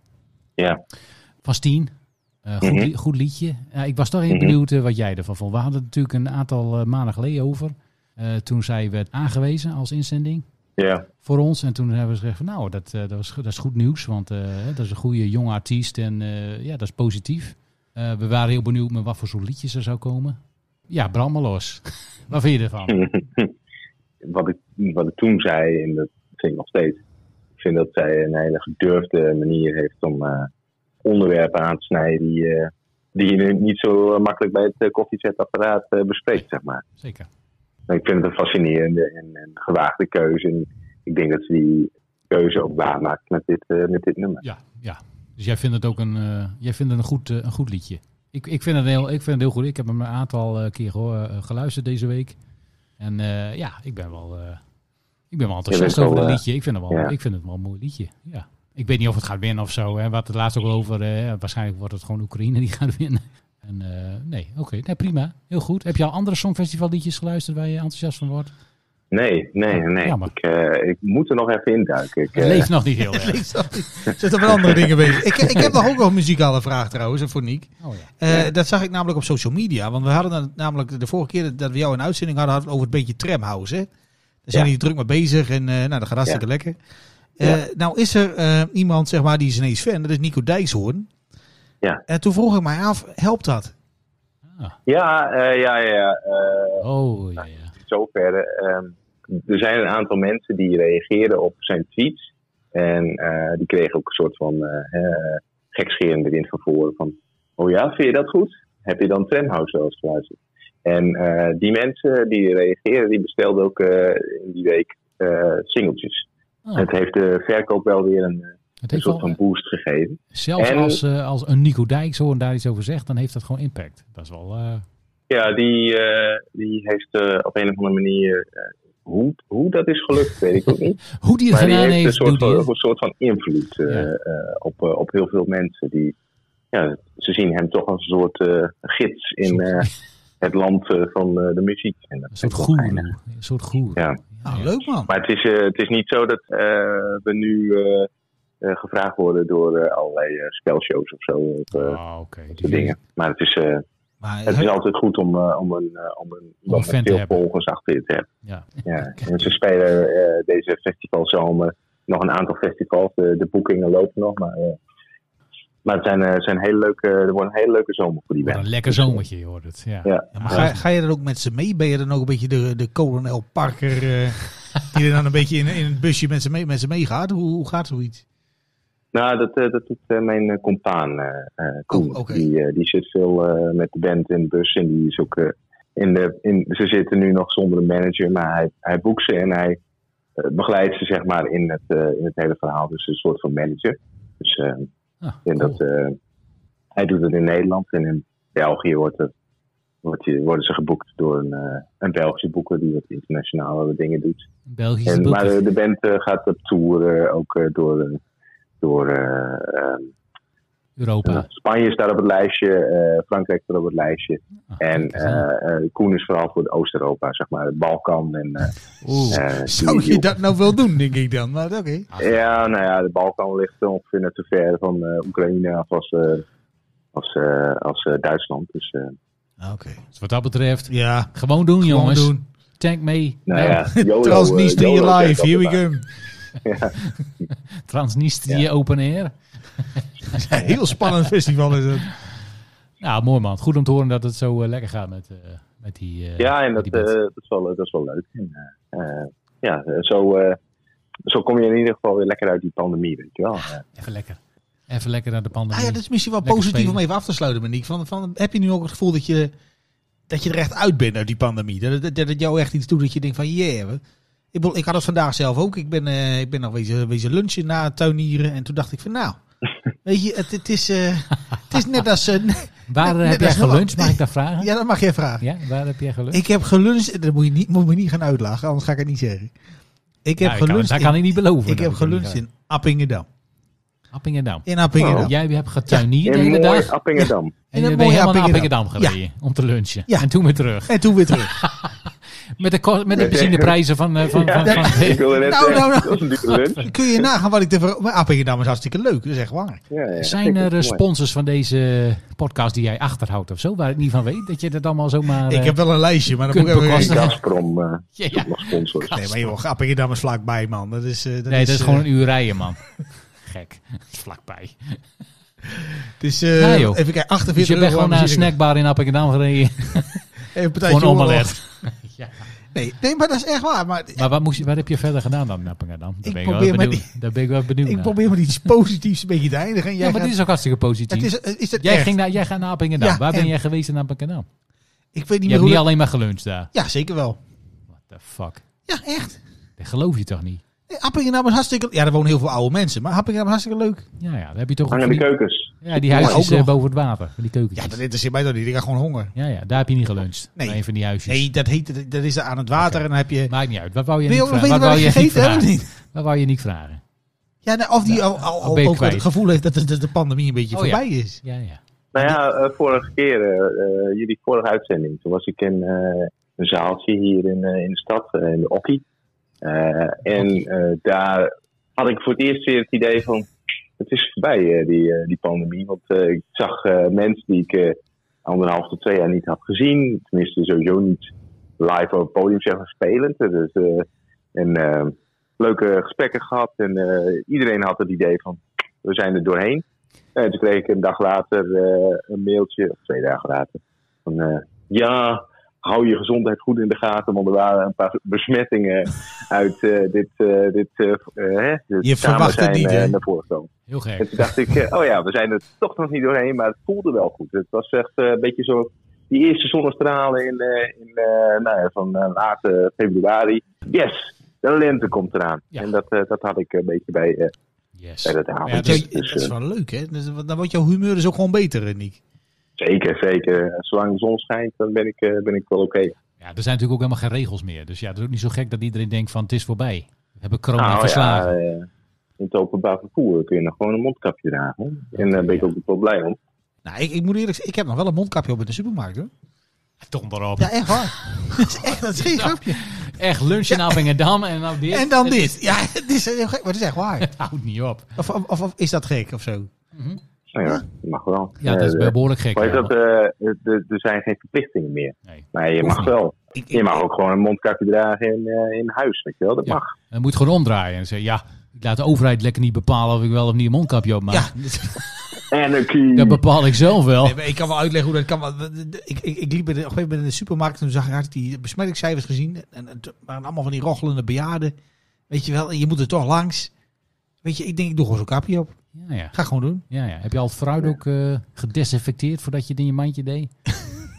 S7: Ja.
S4: Van Stien. Eh, goed,
S7: Mhm.
S4: li- goed liedje. Ja, ik was toch even
S7: Mhm.
S4: benieuwd eh, wat jij ervan vond. We hadden het natuurlijk een aantal eh, maanden geleden over. Eh, toen zij werd aangewezen als inzending
S7: Ja,
S4: voor ons. En toen hebben we gezegd van nou, dat, eh, dat, was, dat is goed nieuws. Want eh, hè, dat is een goede jonge artiest en eh, ja, dat is positief. Eh, we waren heel benieuwd met wat voor soort liedjes er zou komen. Ja, brand maar los. wat vind je ervan?
S7: wat ik, wat ik toen zei, en dat vind ik nog steeds. Ik vind dat zij een hele gedurfde manier heeft om eh, onderwerpen aan te snijden die, eh, die je niet zo makkelijk bij het eh, koffiezetapparaat eh, bespreekt, zeg maar.
S4: Zeker.
S7: Maar ik vind het een fascinerende en, en gewaagde keuze. En ik denk dat ze die keuze ook waarmaakt met dit, eh, met dit nummer.
S4: Ja, ja. Dus jij vindt het ook een, eh, jij vindt het een, goed, eh, een goed liedje. Ik, ik, vind het heel, ik vind het heel goed. Ik heb hem een aantal eh, keer geho- eh, geluisterd deze week. En eh, ja, ik ben wel, eh, ik ben wel enthousiast
S7: bent wel,
S4: over het
S7: eh,
S4: liedje. Ik vind, het wel,
S7: ja.
S4: ik vind het wel een mooi liedje. Ja. Ik weet niet of het gaat winnen of zo. Hè. We hadden het laatst ook over. eh, waarschijnlijk wordt het gewoon Oekraïne die gaat winnen. En, eh, nee, oké. Nee, prima. Heel goed. Heb je al andere songfestivalliedjes geluisterd waar je enthousiast van wordt?
S7: Nee, nee, nee.
S4: Jammer.
S7: Ik, eh, ik moet er nog even induiken. Ik,
S4: Het
S7: eh,
S4: leeft nog niet heel erg.
S5: Zit er wel andere dingen bezig. Ik, ik heb nog ook nog een muzikale vraag trouwens, voor Niek.
S4: Oh, ja.
S5: Eh, Dat zag ik namelijk op social media. Want we hadden het namelijk de vorige keer dat we jou in uitzending hadden, hadden we het over het beetje tramhouse. Hè? Daar zijn
S7: Ja.
S5: die druk mee bezig en eh, nou, dat gaat hartstikke lekker. Eh,
S7: Ja.
S5: Nou is er eh, iemand, zeg maar, die is ineens fan. Dat is Nico Dijkshoorn.
S7: Ja.
S5: En toen vroeg ik mij af, helpt dat?
S7: Ja, eh, ja, ja. ja, eh,
S4: Oh, ja, ja.
S7: zover. ehm, er zijn een aantal mensen die reageerden op zijn tweets. En eh, die kregen ook een soort van eh, eh, gekscherende wind van voren. Van, oh ja, vind je dat goed? Heb je dan Tramhouse wel eens geluisterd? En eh, die mensen die reageerden, die bestelden ook eh, in die week eh, singeltjes.
S4: Oh,
S7: Het heeft de verkoop wel weer een, een
S4: het heeft
S7: soort
S4: wel,
S7: van boost gegeven.
S4: zelfs
S7: en-
S4: als, eh, als een Nico Dijkshoorn daar iets over zegt, dan heeft dat gewoon impact. Dat is wel... eh,
S7: Ja, die, eh, die heeft eh, op een of andere manier... eh, hoe, hoe dat is gelukt, weet ik ook niet.
S4: Hoe die het
S7: Maar die
S4: gedaan
S7: heeft een
S4: heeft,
S7: soort,
S4: doet hij
S7: van,
S4: het.
S7: een soort van invloed eh,
S4: Ja.
S7: eh, op, eh, op heel veel mensen. Die, ja, ze zien hem toch als een soort eh, gids in
S4: Soort-
S7: eh, het land eh, van eh, de muziek. En dat
S4: Een soort
S7: vind ik wel
S4: goeroe.
S7: fijn.
S4: Een soort goeroe.
S7: Ja.
S5: Nou, leuk man.
S7: Maar het is, eh, het is niet zo dat eh, we nu eh, eh, gevraagd worden door eh, allerlei eh, spelshows of zo. Of, eh,
S4: Ah, oké.
S7: dat soort dingen. Maar het is, eh,
S5: Maar,
S7: het is altijd goed om, eh, om een, eh, om een, iemand
S4: fan
S7: met
S4: te
S7: veel
S4: hebben.
S7: volgers achter je te hebben.
S4: Ja.
S7: Ja, en ze spelen eh, deze festivalzomer nog een aantal festivals. De, de boekingen lopen nog, maar, eh, maar het zijn, eh, zijn hele leuke, er wordt een hele leuke zomer voor die
S4: Wat een
S7: band.
S4: lekker zomertje, je hoort het. Ja.
S7: Ja.
S5: Ja, maar ga, ga je er ook met ze mee? Ben je dan ook een beetje de, de kolonel Parker eh, die er dan een beetje in, in het busje met ze, mee, met ze meegaat? Hoe, hoe gaat zoiets?
S7: Nou, dat, eh, dat doet eh, mijn eh, compaan eh, eh, Koen.
S5: Oh, oké.
S7: Die, eh, die zit veel eh, met de band in de bus en die is ook eh, in de. In, ze zitten nu nog zonder een manager, maar hij, hij boekt ze en hij eh, begeleidt ze zeg maar in het, eh, in het hele verhaal. Dus een soort van manager. Dus eh,
S4: Ah, cool.
S7: En dat, eh, hij doet het in Nederland en in België wordt het, wordt je, worden ze geboekt door een, eh, een Belgische boeker die wat internationale dingen doet.
S4: Een Belgische
S7: En,
S4: bulk-
S7: maar eh, de band eh, gaat op tour eh, ook eh, door, eh, door eh, ehm,
S4: Europa.
S7: Spanje staat op het lijstje, eh, Frankrijk staat op het lijstje.
S4: Ah,
S7: En
S4: kijk eens aan.
S7: eh, eh, Koen is vooral voor de Oost-Europa, zeg maar, het Balkan. En, eh,
S4: Oeh. Ah,
S7: eh,
S5: Zou
S7: die-
S5: je dat nou wel doen, denk ik dan? Maar oké.
S7: Ja, nou ja, de Balkan ligt ongeveer net zo ver van eh, Oekraïne af als, eh, als, eh, als eh, Duitsland. Dus eh,
S5: Ah, Oké.
S4: Dus wat dat betreft,
S5: Ja,
S4: gewoon doen,
S5: gewoon
S4: jongens.
S5: doen.
S4: Tank mee.
S7: Nou
S4: Ja.
S7: ja, YOLO,
S5: Transnistria
S7: eh, YOLO zegt
S5: live, here we
S7: altijd.
S5: go.
S4: Transnistrië open air.
S5: Heel spannend festival is het.
S4: Nou, mooi man. Goed om te horen dat het zo eh, lekker gaat met, eh, met die... eh,
S7: Ja, en
S4: met die
S7: dat, eh,
S4: band.
S7: dat, is wel, dat is wel leuk. En, eh, eh, ja, eh, zo, eh, zo kom je in ieder geval weer lekker uit die pandemie, weet je wel. Eh,
S4: Even lekker. Even lekker naar de
S5: Ah
S4: pandemie.
S5: ja, dat is misschien wel
S4: Lekker
S5: positief
S4: spelen.
S5: om even af te sluiten, Monique. Van, van, heb je nu ook het gevoel dat je, dat je er echt uit bent uit die pandemie? Dat, dat, dat het jou echt iets doet dat je denkt van, yeah. we- Ik, bedoel, ik had het vandaag zelf ook. Ik ben, eh, ik ben nog wezen, wezen lunchen na het tuinieren. En toen dacht ik van, nou, weet je, het, het, is, eh, het is net als... eh,
S4: Waar
S5: Nee,
S4: heb
S5: dat
S4: jij
S5: is wel-
S4: geluncht? Mag ik dat vragen? Ja.
S5: ja, dat mag jij vragen.
S4: waar heb jij geluncht?
S5: Ik heb geluncht. Dat moet je niet, moet me niet gaan uitlachen, anders ga ik het niet zeggen. Ik heb
S4: Nou, ik kan-
S5: geluncht.
S4: Dat kan ik niet beloven.
S5: in, ik heb geluncht
S4: gelunst
S5: in Appingedam.
S4: Appingedam.
S5: In Appingedam.
S4: Jij hebt getuineerd de
S7: in
S4: hele
S7: mooi
S4: dag.
S7: Appingerdam.
S4: En Oh,
S5: In
S4: je
S5: een
S4: bent
S5: mooie
S4: helemaal naar
S5: Appingedam.
S4: Appingedam gereden om te lunchen.
S5: Ja.
S4: En toen weer terug.
S5: En toen weer terug.
S4: Met de, ko- met de benzineprijzen van... eh, van, van, van,
S7: Ik wilde net
S5: Nou,
S7: zeggen,
S5: nou, nou.
S7: dat is een dikke lunch.
S5: Kun je nagaan wat ik te ver... Maar Appingedam is hartstikke leuk, dat is echt
S4: Nou,
S5: waar.
S7: Ja, ja,
S4: zijn
S7: vind ik
S4: er eh,
S7: mooi.
S4: sponsors van deze podcast die jij achterhoudt of zo? Waar ik niet van weet dat je dat allemaal zomaar...
S5: Ik
S4: eh,
S5: heb wel een lijstje, maar dat
S4: kunt
S5: moet ik even...
S4: bekosten.
S7: Gazprom eh,
S4: Ja, ja.
S7: zoekt nog sponsors.
S5: Nee, maar joh, Appingedam is vlakbij, man. Dat is, eh, dat
S4: nee,
S5: is,
S4: dat is
S5: eh,
S4: gewoon een uur rijden, man. Gek. Dat is vlakbij.
S5: Het is, eh,
S4: Ja, joh.
S5: even kijken, 48
S4: Dus je bent
S5: euro
S4: gewoon naar een
S5: aan mijn
S4: snackbar in Appingedam gereden.
S5: zin. Even een partijtje
S4: Gewoon
S5: oorlog.
S4: omelet.
S5: Nee, nee, maar dat is echt waar. Maar
S4: Maar wat, moest je, wat heb je verder gedaan dan in Appingedam? Daar
S5: Ik
S4: ben ik,
S5: probeer
S4: wel
S5: maar
S4: benieuwd, daar ben ik wel benieuwd
S5: ik
S4: naar.
S5: probeer maar iets positiefs een beetje te eindigen. en Jij
S4: ja, maar dit
S5: gaat-
S4: is ook hartstikke positief.
S5: dat is, is dat
S4: jij,
S5: echt?
S4: ging naar, jij gaat naar Appingedam.
S5: Ja,
S4: Waar ben
S5: en-
S4: jij geweest in Appingedam?
S5: Ik weet niet
S4: Je
S5: meer
S4: hebt
S5: hoe...
S4: niet
S5: dat-
S4: alleen maar geluncht daar.
S5: Ja, zeker wel.
S4: What the fuck?
S5: Ja, echt.
S4: Dat geloof je toch niet?
S5: Appingenam is hartstikke... Ja, er wonen heel veel oude mensen, maar Appingenam is hartstikke leuk.
S4: Ja, ja, daar heb je toch...
S7: Hangen
S4: ook
S7: de
S4: van die-
S7: keukens.
S4: Ja, die
S5: Ja,
S4: huisjes
S5: ook nog.
S4: eh, boven het water. van Die keukentjes.
S5: Ja,
S4: Ja,
S5: dat interesseert mij toch niet. Ik ga gewoon honger.
S4: ja, daar heb je niet geluncht.
S5: Nee.
S4: Nee. Een van die huisjes.
S5: Nee, dat, heet, dat is aan het water en dan heb je...
S4: Maakt niet uit. Wat wou je
S5: Wil je
S4: niet
S5: ook nog
S4: vragen?
S5: weten
S4: Wat
S5: waar
S4: wou
S5: ik
S4: je niet
S5: gegeten heb of
S4: vragen?
S5: niet?
S4: Wat wou je niet vragen?
S5: Ja, nou, of die al, al,
S4: dat
S5: al
S4: ben ik
S5: ook het
S4: kwijt.
S5: gevoel heeft dat de, dat de pandemie een beetje
S4: Oh, ja.
S5: voorbij is.
S4: Ja, ja.
S7: Nou ja, eh, vorige keer, eh, eh, jullie vorige uitzending, toen was ik in eh, een zaaltje hier in, eh, in de stad, eh, in de Okkie. Eh, en eh, daar had ik voor het eerst weer het idee van, het is voorbij eh, die, eh, die pandemie. Want eh, ik zag eh, mensen die ik eh, anderhalf tot twee jaar niet had gezien. Tenminste, sowieso niet live op het podium zeggen spelend. Dus, eh, en eh, leuke gesprekken gehad. En eh, iedereen had het idee van, we zijn er doorheen. En toen kreeg ik een dag later eh, een mailtje, of twee dagen later, van eh, ja, hou je gezondheid goed in de gaten, want er waren een paar besmettingen uit eh, dit, eh, dit, eh, eh, hè, dit
S5: Je verwacht het
S7: zijn,
S5: niet,
S7: eh,
S5: hè?
S7: naar voren gekomen.
S4: Heel gek.
S7: En toen dacht ik, eh, oh ja, we zijn er toch nog niet doorheen, maar het voelde wel goed. Het was echt eh, een beetje zo die eerste zonnestralen in, eh, in, eh, nou ja, van eh, late februari. Yes, de lente komt eraan.
S4: Ja.
S7: En dat, eh, dat had ik een beetje bij, eh,
S4: Yes.
S7: bij dat
S4: Ja, dus-
S5: dat,
S7: avond.
S4: dat is-
S5: is,
S7: eh,
S5: dat is wel leuk, hè? Dus Dan wordt jouw humeur dus ook gewoon beter, eh, Niek.
S7: Zeker, zeker. Zolang de zon schijnt, dan ben ik, eh, ben ik wel oké.
S4: Ja, er zijn natuurlijk ook helemaal geen regels meer. Dus ja, het is ook niet zo gek dat iedereen denkt van het is voorbij. We hebben corona
S7: Nou,
S4: verslagen.
S7: ja, eh, in het openbaar vervoer kun je nog gewoon een mondkapje dragen. En daar ben ik
S4: Ja.
S7: ook wel blij om.
S5: Nou, ik, ik moet eerlijk zeggen, ik heb nog wel een mondkapje op in de supermarkt, hoor.
S4: Donder op.
S5: Ja, echt waar. dat is echt, dat is geen grapje.
S4: Echt lunch in Appingedam en dan Nou, dit.
S5: En dan dit. Ja, het is heel gek, maar het is echt waar.
S4: Het houdt niet op.
S5: Of, of, of is dat gek of zo?
S7: Nou ja, mag wel.
S4: Ja, dat is
S7: Eh,
S4: wel behoorlijk gek.
S7: maar is
S4: ja.
S7: dat, eh, eh, er- er zijn geen verplichtingen meer.
S4: Nee.
S7: Maar je
S4: Hoeft
S7: mag
S4: niet.
S7: wel.
S5: Ik, ik-
S7: Je mag ook gewoon een mondkapje dragen in, eh, in huis, weet je wel. Dat
S4: Ja.
S7: mag.
S4: Dan moet je gewoon omdraaien en zeggen, ja, ik laat de overheid lekker niet bepalen of ik wel of niet een mondkapje op maak.
S5: ja,
S7: Anarchy!
S4: Dat bepaal ik zelf wel.
S5: nee, maar ik kan wel uitleggen hoe dat kan. want Ik, ik, ik liep bij de, op een gegeven moment in de supermarkt en toen zag ik had ik die besmettingscijfers gezien. En het waren allemaal van die rochelende bejaarden. Weet je wel, en je moet er toch langs. Weet je, ik denk, ik doe gewoon zo'n kapje op.
S4: Ja, ja.
S5: Ga gewoon doen.
S4: Ja, ja. Heb je al het fruit ook eh, gedesinfecteerd voordat je het in je mandje deed?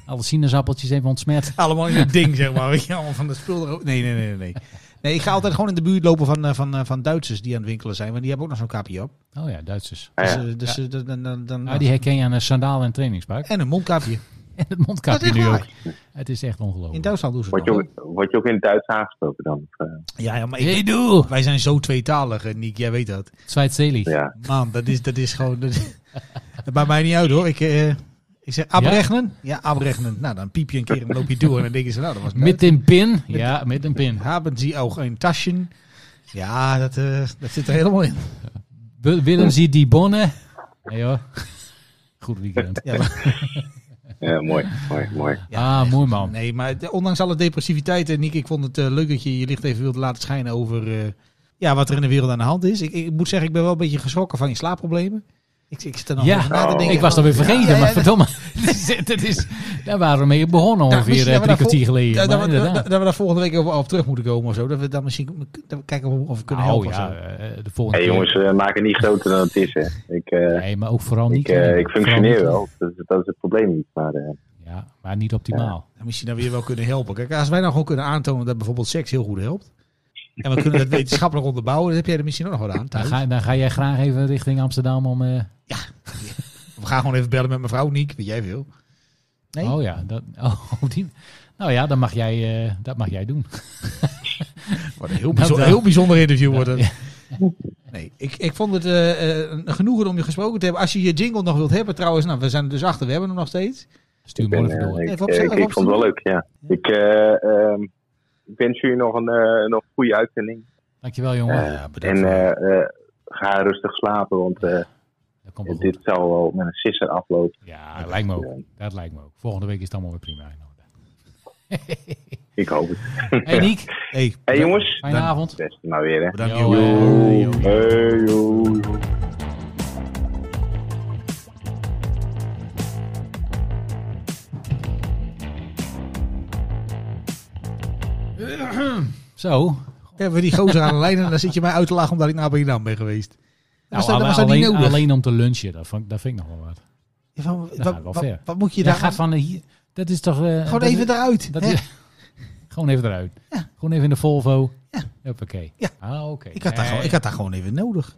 S4: Alle sinaasappeltjes even ontsmet.
S5: Allemaal in het ding, zeg maar. Weet je, allemaal van de spul erop. Nee, nee, nee, nee, nee. Nee, ik ga altijd gewoon in de buurt lopen van, eh, van, eh, van Duitsers die aan het winkelen zijn. Want die hebben ook nog zo'n kapje op.
S4: Oh ja, Duitsers.
S7: Ah,
S5: Dus,
S7: ja.
S5: eh, dus eh, dan, dan, dan, dan-
S4: Ah, die herken je aan een sandaal en trainingspak.
S5: En een mondkapje.
S4: En het mondkapje
S5: Dat is
S4: nu ook.
S5: waar.
S4: Het is echt
S5: In
S4: ongelooflijk.
S5: Duitsland doen ze
S7: Word
S5: het
S7: je,
S5: nog.
S7: ook, word je ook in het Duits aangesproken dan? Of, eh,
S5: Ja, ja, maar ik,
S4: Hey du,
S5: wij zijn zo tweetalig, eh, Niek. Jij weet dat.
S4: Zweitzelig.
S7: ja.
S5: Man, dat is, dat is gewoon... Dat, dat maakt mij niet uit, hoor. Ik, eh, ik zeg abregnen. Ja, abregnen. Nou, dan piep je een keer en dan loop je door. En dan denken ze, nou, dat was
S4: Met een pin. Ja, met een pin.
S5: Haben ze ook een tasje? Ja, dat, eh, dat zit er helemaal in.
S4: Wil- Willem ziet die bonnen. Nee hoor. Goed weekend.
S5: Ja, maar-
S7: ja, mooi, mooi, mooi.
S4: ah, mooi man.
S5: nee, maar de- ondanks alle depressiviteit, eh, Niek, ik vond het eh, leuk dat je je licht even wilde laten schijnen over eh, ja, wat er in de wereld aan de hand is. Ik, ik moet zeggen, ik ben wel een beetje geschrokken van je slaapproblemen. Ik, ik zit er nog
S4: Ja.
S5: over na te denken.
S4: Ik was dat weer vergeten,
S5: Ja, ja,
S4: maar
S5: ja.
S4: verdomme. dat is, daar waren we mee begonnen
S5: Nou,
S4: ongeveer
S5: misschien
S4: eh,
S5: dat we
S4: drie
S5: daar
S4: kwartier
S5: vol-
S4: geleden.
S5: Dat,
S4: maar
S5: dat, we-
S4: inderdaad.
S5: dat, dat we daar volgende week op, op terug moeten komen of zo. Dat we dan misschien dat we kijken of we, of we kunnen
S4: oh
S5: helpen.
S4: ja,
S5: of zo.
S4: eh, de volgende
S7: hey,
S4: keer.
S7: jongens, eh, maak het niet groter dan het is. Hè. Ik, eh,
S4: Nee, maar ook vooral niet.
S7: ik, eh,
S4: klein.
S7: ik
S4: Vooral
S7: functioneer
S4: niet-
S7: wel. Dat is, dat is het probleem niet. Maar, eh,
S4: Ja, maar niet optimaal.
S5: En Misschien dan weer wel kunnen helpen. Kijk, als wij nou gewoon kunnen aantonen dat bijvoorbeeld seks heel goed helpt. En we kunnen dat wetenschappelijk onderbouwen. Dan heb jij er misschien ook nog wat aan
S4: Dan,
S5: thuis.
S4: ga, dan ga jij graag even richting Amsterdam om... eh,
S5: We gaan gewoon even bellen met mevrouw Niek. Weet jij veel. Nee?
S4: Oh ja, dat, oh, die, nou ja, dat mag jij, eh, dat mag jij doen.
S5: Wat een heel,
S4: Nou,
S5: bijzonder,
S4: dat-
S5: heel bijzonder interview wordt
S4: Ja.
S5: het. Nee, ik, ik vond het eh, eh, een genoegen om je gesproken te hebben. Als je je jingle nog wilt hebben trouwens. Nou, we zijn er dus achter. We hebben hem nog steeds.
S4: Stuur
S7: Ik, ben,
S4: morgen
S7: eh,
S4: door.
S7: ik,
S5: Even opzetten,
S7: ik- ik
S5: even
S7: vond het wel leuk, ja. Ik eh, ehm, ik wens jullie nog een eh, nog een goede uitzending.
S4: Dankjewel jongen.
S7: Eh,
S4: Ja,
S7: en eh, eh, ga rustig slapen, want eh,
S4: dat komt wel goed.
S7: dit zal wel met een sisser aflopen.
S4: Ja, lijkt me ook. Dat lijkt me ook. Volgende week is het allemaal weer prima. in orde.
S7: Ik hoop het.
S4: Hey Niek,
S5: Hey,
S7: hey, jongens,
S4: fijne avond.
S7: beste maar weer, hè.
S5: bedankt
S4: Yo,
S5: joh.
S4: eh, yo.
S7: Hey, yo, yo.
S4: Zo.
S5: Hebben we die gozer aan de lijn en dan zit je mij uit te lachen omdat ik naar Amsterdam ben geweest.
S4: Nou,
S5: was dat-
S4: alle-
S5: was dat niet
S4: alleen,
S5: nodig?
S4: alleen om te lunchen, dat vind, dat vind ik nog wel wat.
S5: Ja, van, wat,
S4: wel
S5: wat-
S4: fair.
S5: wat moet je
S4: Je
S5: daar...
S4: gaat van eh, hier. Dat is toch. eh,
S5: gewoon
S4: dat
S5: even
S4: is,
S5: eruit.
S4: dat
S5: hè?
S4: is- Gewoon even eruit.
S5: Ja.
S4: Gewoon even in de Volvo.
S5: Ja.
S4: Hoppakee.
S5: Ja.
S4: Ah, oké.
S5: Ik had, daar
S4: Nee.
S5: gewoon, ik had daar gewoon even nodig.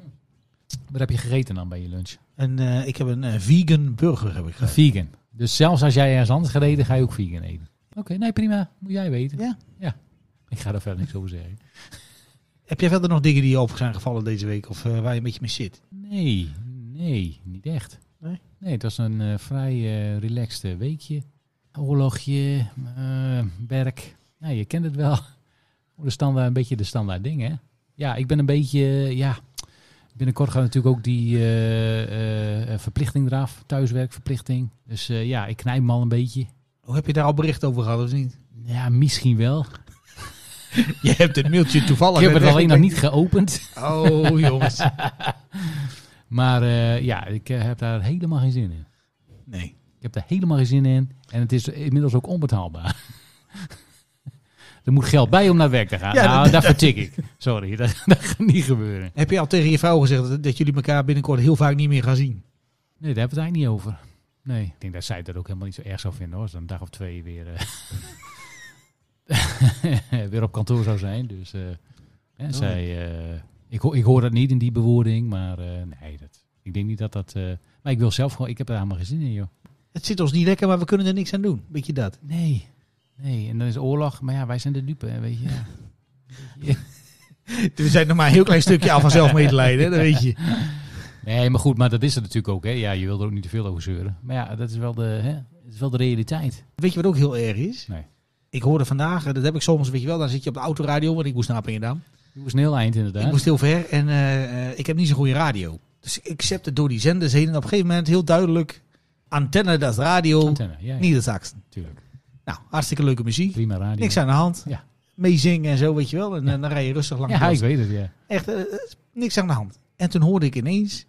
S4: Wat heb je gegeten dan bij je lunch?
S5: En eh, ik heb een eh, vegan burger heb ik
S4: Een
S5: gegeten.
S4: vegan. Dus zelfs als jij ergens anders gereden, ga je ook vegan eten. Oké, nee prima. Moet jij weten.
S5: Ja.
S4: ja. Ik ga daar verder niks over zeggen.
S5: Heb jij verder nog dingen die je op zijn gevallen deze week? Of eh, waar je een beetje mee zit?
S4: Nee, nee, niet echt.
S5: Nee?
S4: het was een eh, vrij eh, relaxed eh, weekje. Oorlogje, eh, werk. Nou, je kent het wel. De standaard, een beetje de standaard dingen. hè? Ja, ik ben een beetje, eh, ja. Binnenkort gaat natuurlijk ook die eh, eh, eh, verplichting eraf, thuiswerkverplichting. Dus eh, ja, ik knijp me al een beetje.
S5: Hoe heb je daar al bericht over gehad of niet?
S4: Ja, misschien wel.
S5: Je hebt het mailtje toevallig.
S4: Ik heb het
S5: net
S4: alleen nog
S5: weg-
S4: niet geopend.
S5: Oh jongens.
S4: Maar eh, ja, ik eh, heb daar helemaal geen zin in.
S5: Nee.
S4: Ik heb daar helemaal geen zin in. En het is inmiddels ook onbetaalbaar. er moet geld bij om naar werk te gaan.
S5: Ja,
S4: nou,
S5: dat-
S4: daar vertik ik. Sorry, dat, dat gaat niet gebeuren.
S5: Heb je al tegen je vrouw gezegd dat, dat jullie elkaar binnenkort heel vaak niet meer gaan zien?
S4: Nee, daar hebben we het eigenlijk niet over. Nee, ik denk dat zij dat ook helemaal niet zo erg zou vinden hoor. Als ze een dag of twee weer, eh, weer op kantoor zou zijn. Dus eh, hè,
S5: Oh.
S4: zij, eh, ik, ho- ik hoor dat niet in die bewoording. Maar eh, nee, dat, ik denk niet dat dat... eh, maar ik wil zelf gewoon... Ik heb daar helemaal geen zin in joh.
S5: Het zit ons niet lekker, maar we kunnen er niks aan doen. Weet je dat?
S4: Nee, nee. En dan is oorlog. Maar ja, wij zijn de dupe, hè, weet je. Ja.
S5: We zijn nog maar een heel klein stukje af van zelfmedelijden, hè, dat weet je.
S4: Nee, maar goed, maar dat is het natuurlijk ook. Hè. Ja, je wil er ook niet te veel over zeuren. Maar ja, dat is wel de, hè, dat is wel de realiteit.
S5: Weet je wat ook heel erg is?
S4: Nee.
S5: Ik hoorde vandaag, eh, dat heb ik soms, weet je wel, dan zit je op de autoradio, want ik moest naar Appingedam.
S4: Het is een heel eind inderdaad.
S5: Ik moest heel ver en eh, eh, ik heb niet zo'n goede radio. Dus ik zette door die zenders heen en op een gegeven moment heel duidelijk... Antenne, dat is radio,
S4: Antenne, ja, ja,
S5: niet dat is Axten.
S4: natuurlijk.
S5: Nou, hartstikke leuke muziek.
S4: Prima radio.
S5: Niks aan de hand.
S4: Ja.
S5: Meezingen en zo, weet je wel. En eh, dan rij je rustig langs.
S4: Ja, ik weet het, ja.
S5: Echt, eh, eh, niks aan de hand. En toen hoorde ik ineens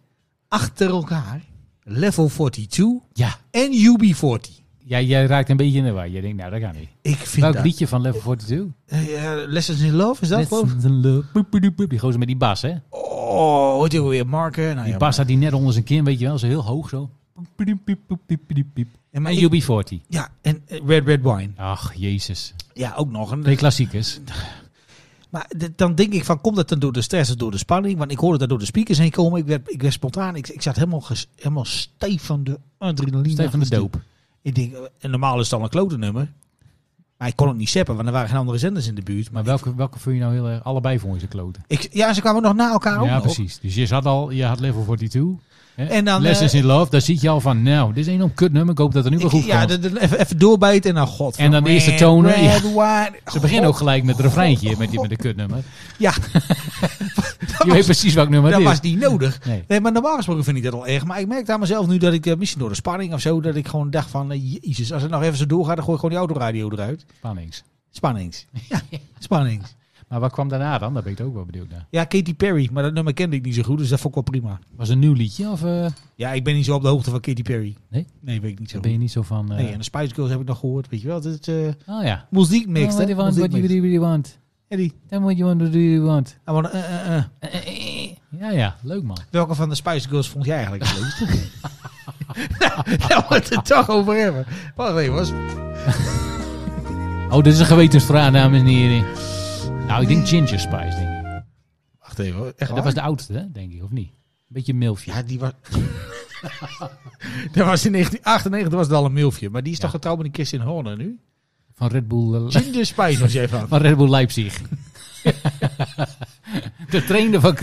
S5: achter elkaar Level 42
S4: Ja,
S5: en UB40.
S4: jij, jij raakt een beetje in de war. Jij denkt, nou, dat gaat niet.
S5: Ik vind
S4: Welk
S5: dat...
S4: liedje van Level 42?
S5: Eh, eh, Lessons in Love, is dat geloof ik?
S4: Let's love. Boep, boep, boep, boep. Die gozer met die bas, hè?
S5: Oh, hoort je weer Marken? Nou,
S4: Die
S5: ja,
S4: bas
S5: maar-
S4: had die net onder zijn kin, weet je wel. Zo heel hoog zo. Piep, piep, piep, piep, piep, piep.
S5: Ja, maar
S4: En
S5: ik-
S4: UB40.
S5: Ja, en eh, Red Red Wine.
S4: Ach, jezus.
S5: Ja, ook nog. En
S4: Twee klassiekers.
S5: Maar d- dan denk ik van, komt dat dan door de stress en door de spanning? Want ik hoorde dat door de speakers heen komen. Ik werd, ik werd spontaan, ik, ik zat helemaal, ges- helemaal stijf van de adrenaline.
S4: Stijf van de doop.
S5: Ik denk, eh, en normaal is het dan een klote nummer. Maar ik kon het niet zeppen, want er waren geen andere zenders in de buurt.
S4: Maar welke, welke vond je nou heel erg? Allebei vond je ze kloten.
S5: Ik, ja, ze kwamen nog na elkaar Nou, ook
S4: Ja,
S5: nog.
S4: precies. Dus je had al, je had level 42. Hè?
S5: En dan,
S4: Lessons
S5: eh,
S4: in Love, daar zie je al van, nou, dit is een enorm kutnummer. Ik hoop dat het nu wel
S5: Ik-
S4: goed
S5: ja,
S4: komt.
S5: de- de- even, even doorbijten en dan god.
S4: En dan de eerste tonen, ja. Ze beginnen ook
S5: gelijk.
S4: gelijk met het refreintje, met, die, met de kutnummer.
S5: Ja.
S4: Je weet precies welk nummer
S5: dat
S4: het is.
S5: was niet nodig.
S4: Nee.
S5: Nee. maar normaal gesproken vind ik dat al erg. Maar ik merk aan mezelf nu dat ik eh, misschien door de spanning of zo, dat ik gewoon dacht van, eh, jezus, als het nog even zo doorgaat, dan gooi ik gewoon die autoradio eruit.
S4: Spannings.
S5: Spannings. Ja, spannings.
S4: Maar wat kwam daarna dan? Daar ben ik ook wel benieuwd naar.
S5: Ja, Katy Perry, maar dat nummer kende ik niet zo goed, dus dat vond ik wel prima.
S4: Was het een nieuw liedje of eh,
S5: Ja, ik ben niet zo op de hoogte van Katy Perry.
S4: Nee?
S5: Nee, weet ik niet
S4: daar
S5: zo goed.
S4: ben je niet zo van... eh,
S5: Nee, en de Spice Girls heb ik nog gehoord, weet je wel. Dat eh
S4: Oh ja.
S5: muziekmix,
S4: Oh,
S5: hè?
S4: what you want, what you
S5: Muziekmix.
S4: really, really want.
S5: Eddie,
S4: Then what you want, what do you want.
S5: I wanna, eh, eh, eh.
S4: Ja, ja. Leuk man.
S5: Welke van de Spice Girls vond jij eigenlijk het leukst? nou, daar moeten we het er toch over hebben. Wacht even, was...
S4: Oh, dit is een gewetensvraag, dames en heren. Nou, ik denk Ginger Spice, denk ik.
S5: Wacht even, hoor. echt
S4: Ja,
S5: waar?
S4: dat was de oudste, hè, denk ik, of niet? Beetje milfje.
S5: Ja, die was... dat was in 1998 was het al een milfje. Maar die is toch getrouwd met een Kirsten Horner nu?
S4: Van Red Bull, eh,
S5: Ginger Spice was jij van.
S4: van Red Bull Leipzig. de trainer van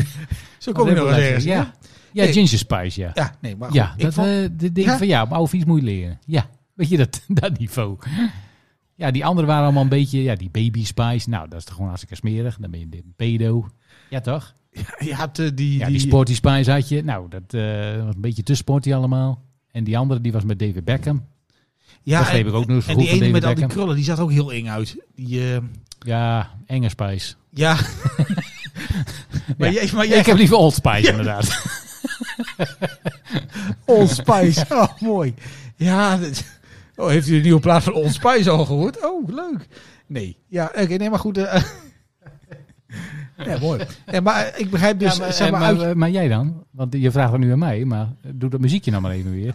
S5: Zo kom je
S4: Red
S5: nog
S4: Bull Leipzig,
S5: eens ergens.
S4: Ja, ja
S5: Nee.
S4: Ginger Spice, ja.
S5: Ja, nee, maar goed.
S4: Ja,
S5: ik
S4: dat
S5: vond-
S4: eh, de ding
S5: Ja?
S4: van ja, maar oude vies moet je leren. Ja, weet je dat, dat niveau. Ja, die anderen waren allemaal een beetje, ja, die baby spice. Nou, dat is toch gewoon hartstikke smerig. Dan ben je de pedo. Ja, toch?
S5: je had eh, die...
S4: Ja, die sporty spice had je. Nou, dat eh, was een beetje te sporty allemaal. En die andere, die was met David Beckham.
S5: ja,
S4: dat greep
S5: en-
S4: ik ook nog eens
S5: En
S4: goed
S5: die
S4: van
S5: ene
S4: David
S5: met al die
S4: Beckham.
S5: krullen, die zag ook heel eng uit. Die, eh,
S4: Ja, enge spice.
S5: ja. maar jij, maar jij
S4: ik heb liever old spice, inderdaad.
S5: Old Spice. Oh, mooi. Ja, dit- oh, heeft u de nieuwe plaat van Old Spice al gehoord? Oh, leuk. Nee. Ja, oké, nee, maar goed. eh, ja, mooi. Ja, maar eh, ik begrijp dus,
S4: Ja, maar,
S5: zeg
S4: eh,
S5: maar,
S4: maar,
S5: uit...
S4: eh, maar jij dan? Want je vraagt dat nu aan mij, maar eh, doe dat muziekje nou maar even weer.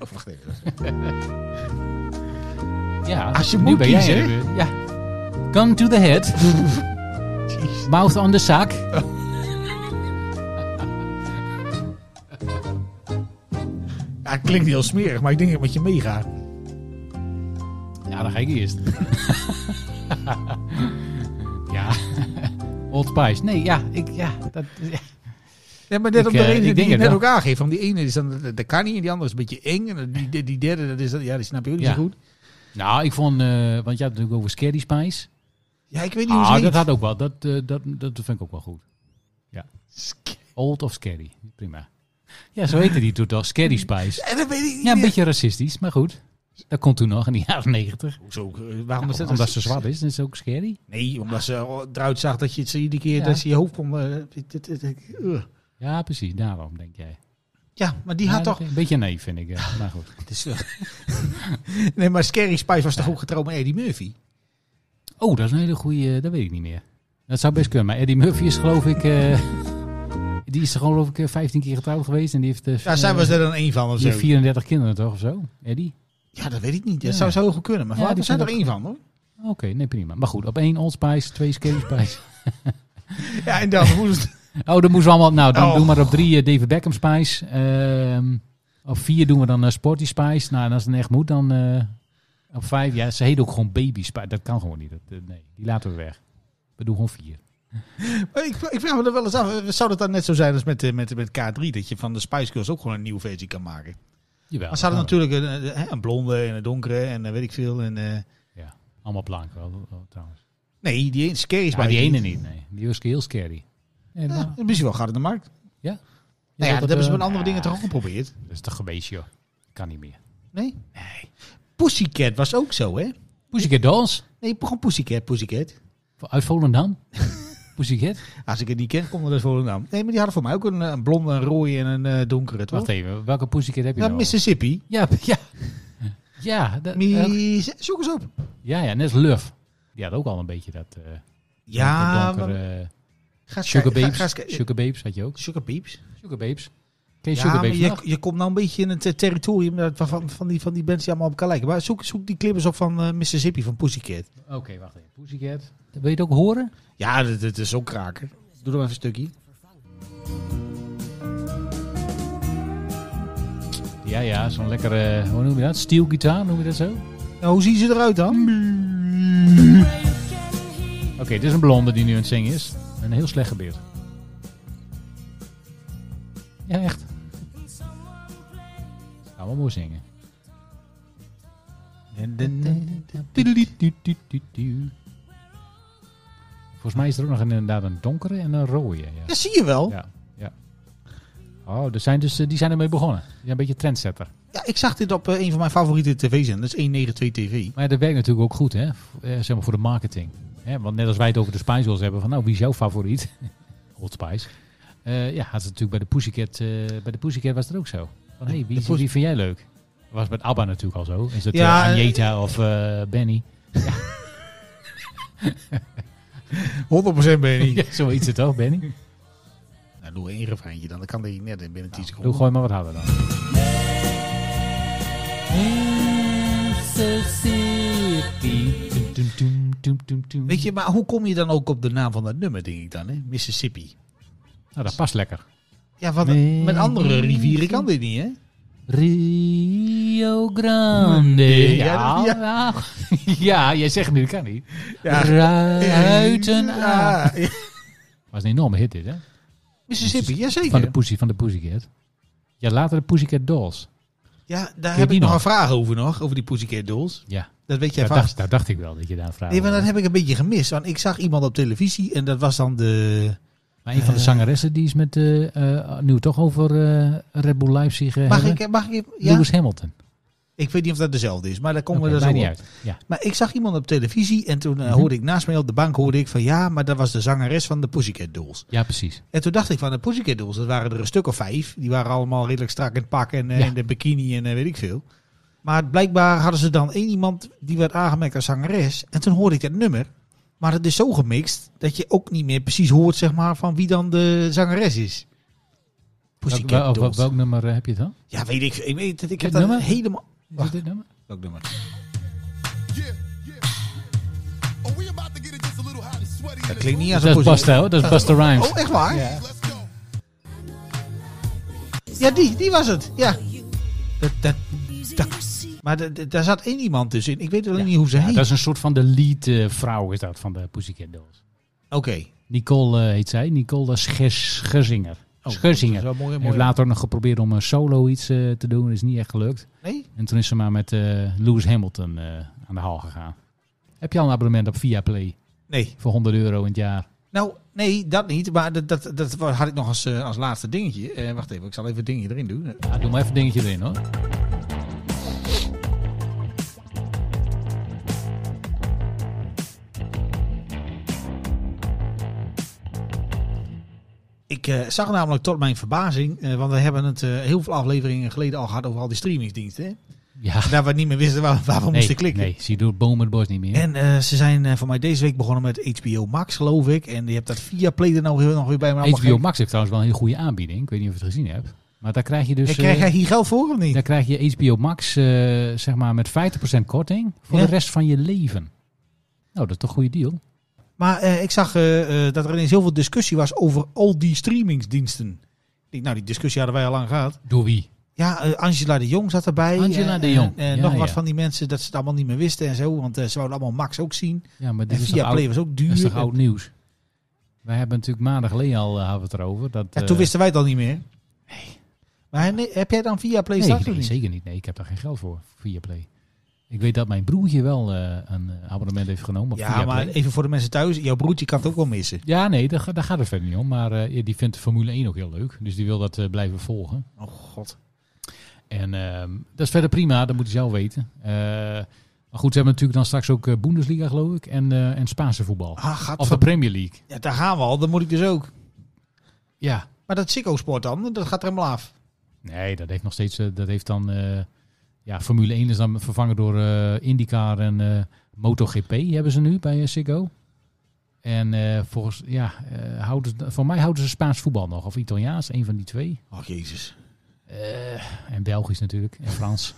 S4: Ja,
S5: Als je
S4: nu
S5: moet
S4: ben jij
S5: kiezen,
S4: er weer. Ja. Gun to the head. Mouth on the sack.
S5: Ja, het klinkt heel smerig, maar ik denk dat ik met je meega.
S4: Ja, dan ga ik eerst. ja. Old Spice. Nee, ja. Ik, ja, dat, ja.
S5: Ja, maar net
S4: Ik,
S5: om de
S4: eh,
S5: reden
S4: ik
S5: die
S4: denk
S5: je
S4: het
S5: net
S4: wel.
S5: ook aangeeft. Van die ene is dan, dat dat kan niet, en die andere is een beetje eng. En die, die, die derde, dat is, dan- ja, die snap je ook niet
S4: Ja.
S5: zo goed.
S4: Nou, ik vond... eh, want je had het natuurlijk over Scary Spice.
S5: Ja, ik weet niet hoe ze
S4: Ah, dat
S5: heet.
S4: had ook wel. Dat, eh, dat, dat vind ik ook wel goed. Ja. Old of Scary. Prima. Ja, zo heette die toen toch. Scary Spice.
S5: Ja, dat weet ik niet
S4: Ja, een
S5: meer.
S4: beetje racistisch, maar goed. Dat komt toen nog in de jaren negentig.
S5: Hoezo? Eh, Waarom is dat?
S4: Omdat ze zwart is, dat is ook scary.
S5: Nee, omdat ze al eruit zag dat je het ze iedere keer
S4: Ja.
S5: dat ze je hoofd kon... eh, dit- dit- dit- dit- eh.
S4: Ja, precies. Daarom, denk jij.
S5: Ja, maar die
S4: Ja,
S5: had
S4: dat-
S5: toch...
S4: Een beetje nee, vind ik. eh, Maar goed.
S5: nee, maar Scary Spice was toch ook getrouwd met Eddie Murphy?
S4: Oh, dat is een hele goede. Dat weet ik niet meer. Dat zou best kunnen. Maar Eddie Murphy is geloof ik. eh, die is er geloof ik eh, 15 keer getrouwd geweest. En die heeft, eh,
S5: Ja, zij
S4: eh,
S5: was er dan één van of
S4: die
S5: zo.
S4: heeft 34 kinderen toch of zo? Eddie?
S5: Ja, dat weet ik niet. Dat
S4: Ja.
S5: zou zo heel goed kunnen. Maar
S4: Ja,
S5: ja, er
S4: die
S5: zijn er
S4: vind ik-
S5: één van, hoor.
S4: Oké, nee prima. Maar goed, op één Old Spice, twee Scary Spice.
S5: Ja, en dan hoe is het...
S4: oh, dat moesten we allemaal. Nou, dan
S5: Oh.
S4: doen we maar op drie eh, David Beckham Spice. Ehm, op vier doen we dan eh, Sporty Spice. Nou, en als het echt moet, dan. eh, op vijf, ja, ze heet ook gewoon Baby Spice. Dat kan gewoon niet. Dat, eh, nee, die laten we weg. We doen gewoon vier.
S5: Maar Ik, ik vraag me er wel eens af. eh, Zou dat dan net zo zijn als met, eh, met, met K3? Dat je van de Spice Girls ook gewoon een nieuwe versie kan maken?
S4: Jawel.
S5: Maar ze hadden
S4: dat kan
S5: natuurlijk een, eh, hè, een blonde en een donkere en eh, weet ik veel. En, eh,
S4: wel. Ja, allemaal blank wel, wel, trouwens.
S5: nee, die ene Scary Spice.
S4: Maar die ene niet, nee. Die was heel scary. Ja,
S5: Ja, misschien wel gaat in de markt. Nou ja, dat hebben ze
S4: eh,
S5: met andere dingen toch
S4: Ah.
S5: ook geprobeerd?
S4: Dat is toch geweest, joh. Kan niet meer.
S5: Nee? Nee. Pussycat was ook zo, hè?
S4: Pussycat Dolls.
S5: Nee, gewoon Pussycat, Pussycat.
S4: Uit Volendam. Pussycat.
S5: Als ik het niet ken, komt er dus voor een naam. Nee, maar die hadden voor mij ook een, eh, een blonde, een rode en een eh, donkere, toch?
S4: Wacht even, welke Pussycat heb je
S5: Ja,
S4: nou?
S5: Mississippi.
S4: Ja, ja. Ja, dat, elk-
S5: Mi- Zoek eens op.
S4: Eh, ja, ja, net als Luf. Die had ook al een beetje dat eh
S5: Ja,
S4: donkere
S5: Ah, maar-
S4: eh,
S5: ga eens
S4: Sugar
S5: kijken, ga-
S4: Babes.
S5: ga eens kijken.
S4: Sugar Babes had je ook.
S5: Sugar Babes.
S4: Sugar Babes. Ken je
S5: Ja,
S4: Sugar
S5: maar
S4: Babes
S5: je,
S4: nog?
S5: je komt nou een beetje in het eh, territorium dat- van, van, die, van die bands die allemaal op elkaar lijken. Maar zoek, zoek die clippers op van eh, Mississippi, van Pussycat.
S4: Oké, wacht even. Pussycat. Wil je het ook horen?
S5: Ja, dat, dat is ook kraker. Doe er maar even een stukje.
S4: Ja, ja, zo'n lekkere, eh, hoe noem je dat? Steelgitaar, noem je dat zo?
S5: Nou, hoe zien ze eruit dan?
S4: Mm. Oké, dit is een blonde die nu aan het zingen is. Een heel slecht gebeurt. Ja, echt. Ze Kan wel mooi zingen. Volgens mij is er ook nog een- inderdaad een donkere en een rode. Ja,
S5: Dat zie je wel. Ja.
S4: ja. ja. Oh, er zijn dus, eh, die zijn ermee begonnen. Die zijn een beetje trendsetter.
S5: ik zag dit op eh, een van mijn favoriete tv-zenders, 192 TV.
S4: Maar ja, dat werkt natuurlijk ook goed, hè? F- eh, Zeg maar voor de marketing. Hè? Want net als wij het over de Spice Girls hebben, van nou, wie is jouw favoriet? Hot Spice. Eh, ja, had het natuurlijk bij de Pussycat, eh, bij de Pussycat was het ook zo. Van, hey, wie,
S5: Pus-
S4: wie vind jij leuk? Was met ABBA natuurlijk al zo. Is dat eh,
S5: Ja, eh,
S4: Agneta of eh, Benny?
S5: 100% ben je niet.
S4: Ja, zo heet het toch, Benny?
S5: Nou, doe één refreintje dan. Dan kan die net in binnen 10
S4: Doe
S5: seconden.
S4: gooi maar wat harder dan.
S5: Weet je, maar hoe kom je dan ook op de naam van dat nummer, denk ik dan, hè? Mississippi.
S4: Nou, dat past lekker.
S5: Ja, want
S4: Nee.
S5: met andere rivieren kan dit niet, hè?
S4: Rio Grande.
S5: Ja,
S4: Ja,
S5: dat-
S4: ja. ja, jij zegt nu, dat kan niet.
S5: Ja.
S4: Ruiten aan.
S5: Ja, ja.
S4: Was een enorme hit dit, hè?
S5: ah. Mississippi, jazeker.
S4: Van de, pussy, van de Pussycat. Ja, later de Pussycat Dolls.
S5: Ja, daar heb
S4: die
S5: ik nog
S4: nog?
S5: een vraag over nog, over die Pussycat Dolls.
S4: Ja,
S5: Dat weet jij
S4: dat
S5: vast.
S4: dacht, dat dacht ik wel dat je daar een vraag
S5: Nee, maar
S4: over
S5: dat
S4: had.
S5: heb ik een beetje gemist. Want ik zag iemand op televisie en dat was dan de...
S4: Maar een van de
S5: Eh.
S4: zangeressen die is met, eh, eh, nu toch over eh, Red Bull Leipzig eh,
S5: Mag
S4: hebben.
S5: ik, mag ik, ja?
S4: Lewis Hamilton.
S5: ik weet niet of dat dezelfde is, maar daar komen
S4: Oké,
S5: we
S4: maakt
S5: er zo
S4: niet
S5: op.
S4: uit. Ja.
S5: Maar ik zag iemand op televisie en toen eh,
S4: Mhm.
S5: hoorde ik naast mij op de bank hoorde ik van ja, maar dat was de zangeres van de Pussycat Dolls.
S4: ja, precies.
S5: En toen dacht ik van de Pussycat Dolls, dat waren er een stuk of vijf. Die waren allemaal redelijk strak in het pak en eh,
S4: Ja.
S5: in de bikini en eh, weet ik veel. Maar blijkbaar hadden ze dan één iemand die werd aangemerkt als zangeres. En toen hoorde ik dat nummer. Maar het is zo gemixt dat je ook niet meer precies hoort zeg maar, van wie dan de zangeres is.
S4: Welk,
S5: Pussycat
S4: wel- wel-
S5: Dolls.
S4: welk nummer eh, heb je dan?
S5: Ja, weet ik. Ik weet het. Ik heb
S4: Dit
S5: dat
S4: nummer?
S5: helemaal.
S4: Is
S5: Wacht.
S4: dit dit nummer?
S5: Welk nummer?
S1: Yeah, yeah. Are we about to get
S5: Dat klinkt niet als een
S4: Dat is
S5: poesie.
S4: Basta, hoor. Dat is Basta Rhymes.
S5: Oh, echt waar? Ja, die, die was het. Ja. Dat, dat, dat- maar dat- dat- daar zat één iemand dus in. Ik weet alleen niet hoe ze
S4: Ja,
S5: heet.
S4: dat is een soort van de lead eh, vrouw is dat van de Pussycat Dolls.
S5: Oké.
S4: Nicole eh, heet zij. Nicole Schers, Scherzinger.
S5: Oh,
S4: Scherzinger.
S5: dat is wel mooi,
S4: Heeft
S5: mooi.
S4: later ook nog geprobeerd om een solo iets eh, te doen. Is niet echt gelukt.
S5: Nee?
S4: En toen is ze maar met eh, Lewis Hamilton eh, aan de haal gegaan. Heb je al een abonnement op Viaplay
S5: Nee.
S4: voor 100 euro in het jaar?
S5: Nou, nee, dat niet. Maar dat, dat, dat had ik nog als, eh, als laatste dingetje. Eh, wacht even, ik zal even het dingetje erin doen. Eh,
S4: Ja, doe maar even een dingetje erin hoor.
S5: Ik eh, zag namelijk tot mijn verbazing, eh, want we hebben het eh, heel veel afleveringen geleden al gehad over al die streamingsdiensten. Hè?
S4: Ja.
S5: Daar we niet meer wisten waar, waar we
S4: Nee,
S5: moesten klikken.
S4: nee, zie doet bomen het bos niet meer.
S5: En eh, ze zijn eh, voor mij deze week begonnen met HBO Max, geloof ik. En je hebt dat via Play er nou heel, nog weer bij me allemaal
S4: HBO
S5: gek.
S4: Max heeft trouwens wel een hele goede aanbieding. Ik weet niet of je het gezien hebt. Maar daar krijg je dus...
S5: En krijg
S4: eh,
S5: jij hier geld voor of niet?
S4: Dan krijg je HBO Max eh, zeg maar met 50% korting voor
S5: Ja.
S4: de rest van je leven. Nou, dat is toch een goede deal.
S5: Maar eh, ik zag eh, eh, dat er ineens heel veel discussie was over al die streamingsdiensten. Ik denk, Nou, die discussie hadden wij al lang gehad.
S4: Door wie?
S5: Ja, eh, Angela de Jong zat erbij. eh,
S4: Angela
S5: En-
S4: de Jong.
S5: En, en
S4: Ja,
S5: nog wat
S4: ja.
S5: van die mensen dat ze het allemaal niet meer wisten en zo. Want eh, ze wouden allemaal Max ook zien.
S4: Ja, maar
S5: En
S4: dit is toch,
S5: via Play
S4: oud,
S5: was ook
S4: dat
S5: duur.
S4: is toch
S5: En-
S4: oud nieuws? Wij hebben natuurlijk maanden geleden al eh, hadden we het erover. Dat,
S5: Ja,
S4: eh,
S5: toen wisten wij het al niet meer. Nee. Maar nee, heb jij dan via Play
S4: nee,
S5: straks
S4: nee,
S5: of niet?
S4: zeker niet. Nee, ik heb daar geen geld voor, via Play. Ik weet dat mijn broertje wel eh, een abonnement heeft genomen op
S5: Ja,
S4: Viaplay.
S5: maar even voor de mensen thuis. Jouw broertje kan het ook wel missen.
S4: Ja, nee, daar, ga- daar gaat het verder niet om. Maar eh, ja, die vindt de Formule 1 ook heel leuk. Dus die wil dat eh, blijven volgen.
S5: Oh god.
S4: En ehm, dat is verder prima, dat moet hij zelf weten. Eh, maar goed, ze hebben natuurlijk dan straks ook eh, Bundesliga, geloof ik, en, eh, en Spaanse voetbal.
S5: Ah, gaat
S4: Of de Premier League.
S5: Ja, daar gaan we al. Dan moet ik dus ook.
S4: Ja.
S5: Maar dat Ziggo Sport dan, dat gaat er helemaal af.
S4: Nee, dat heeft nog steeds, eh, dat heeft dan, eh, ja, Formule 1 is dan vervangen door eh, IndyCar en eh, MotoGP hebben ze nu bij eh, Ziggo. En eh, volgens, ja, eh, houden, ze- voor mij houden ze Spaans voetbal nog, of Italiaans, een van die twee.
S5: Oh jezus.
S4: Eh, en Belgisch natuurlijk, en Frans.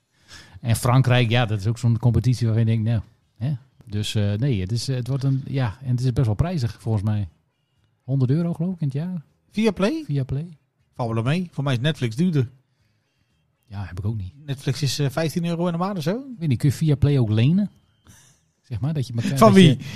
S4: en Frankrijk, ja, dat is ook zo'n competitie waarvan je denkt, nou. Hè? Dus eh, nee, het, is, eh, het wordt een, ja, en het is best wel prijzig volgens mij. 100 euro geloof ik in het jaar,
S5: Via Play?
S4: via Play.
S5: Val wel mee. Voor mij is Netflix duurder.
S4: Ja, heb ik ook niet.
S5: Netflix is eh, 15 euro in de maand of zo.
S4: Ik weet niet, kun je via Play ook lenen? Zeg maar, dat je elkaar-
S5: Van
S4: dat je-
S5: wie?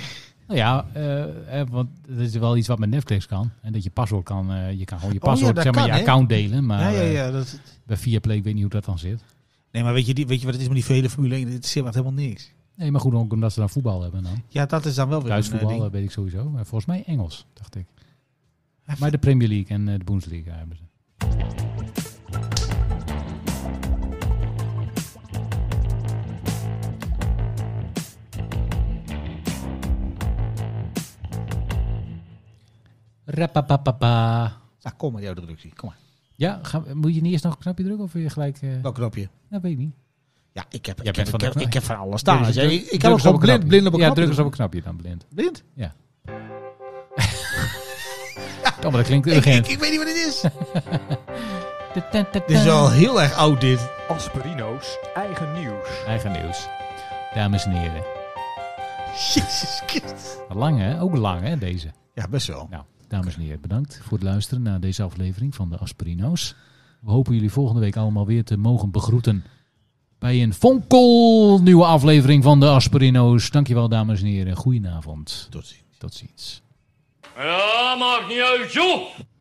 S4: nou ja, eh, eh, want dat is wel iets wat met Netflix kan. En dat je paswoord kan, eh, je kan gewoon je
S5: Oh ja,
S4: paswoord,
S5: dat
S4: zeg maar,
S5: kan,
S4: je
S5: hè?
S4: account delen. Maar
S5: ja, ja,
S4: eh,
S5: ja. Dat...
S4: bij via Play, ik weet niet hoe dat dan zit.
S5: Nee, maar weet je, die, weet je wat het is met die vele Formule 1? Het zit helemaal niks.
S4: Nee, maar goed, ook omdat ze dan voetbal hebben dan.
S5: Ja, dat is dan wel weer
S4: Duits
S5: een eh,
S4: voetbal
S5: ding.
S4: eh, weet ik sowieso. Maar volgens mij Engels, dacht ik. Maar de Premier League en eh, de Bundesliga hebben ze. Rapapapapa.
S5: Nou, kom met jouw drukje. Kom maar.
S4: Ja, gaan we- moet je niet eerst nog een knopje drukken of wil je gelijk... eh
S5: Welk knopje?
S4: dat weet ik niet.
S5: Ja, ik heb,
S4: bent
S5: ik heb,
S4: van
S5: ik
S4: de
S5: heb,
S4: knop.
S5: ik heb van alles staan.
S4: Druk-
S5: Dus, eh,
S4: druk-
S5: ik
S4: druk
S5: kan ook
S4: eens een
S5: gewoon blind,
S4: knopje.
S5: blind op een
S4: Ja,
S5: knop
S4: druk eens op een
S5: drukken.
S4: knopje dan blind.
S5: Blind?
S4: Ja. Oh, maar dat klinkt urgent.
S5: Ik, ik weet niet wat het is.
S4: Ta- ta- ta-
S5: dit is
S4: ta.
S5: wel heel erg oud dit.
S1: Asperino's eigen nieuws.
S4: Eigen nieuws. Dames en heren.
S5: Jezus Christus.
S4: Lang hè? Ook lang hè deze.
S5: Ja, best wel.
S4: Nou, dames en heren, bedankt voor het luisteren naar deze aflevering van de Aspirino's. We hopen jullie volgende week allemaal weer te mogen begroeten bij een fonkel nieuwe aflevering van de Aspirino's. Dankjewel dames en heren. Goedenavond.
S5: Tot ziens.
S4: Tot ziens.
S2: Ja, maakt niet uit, joh.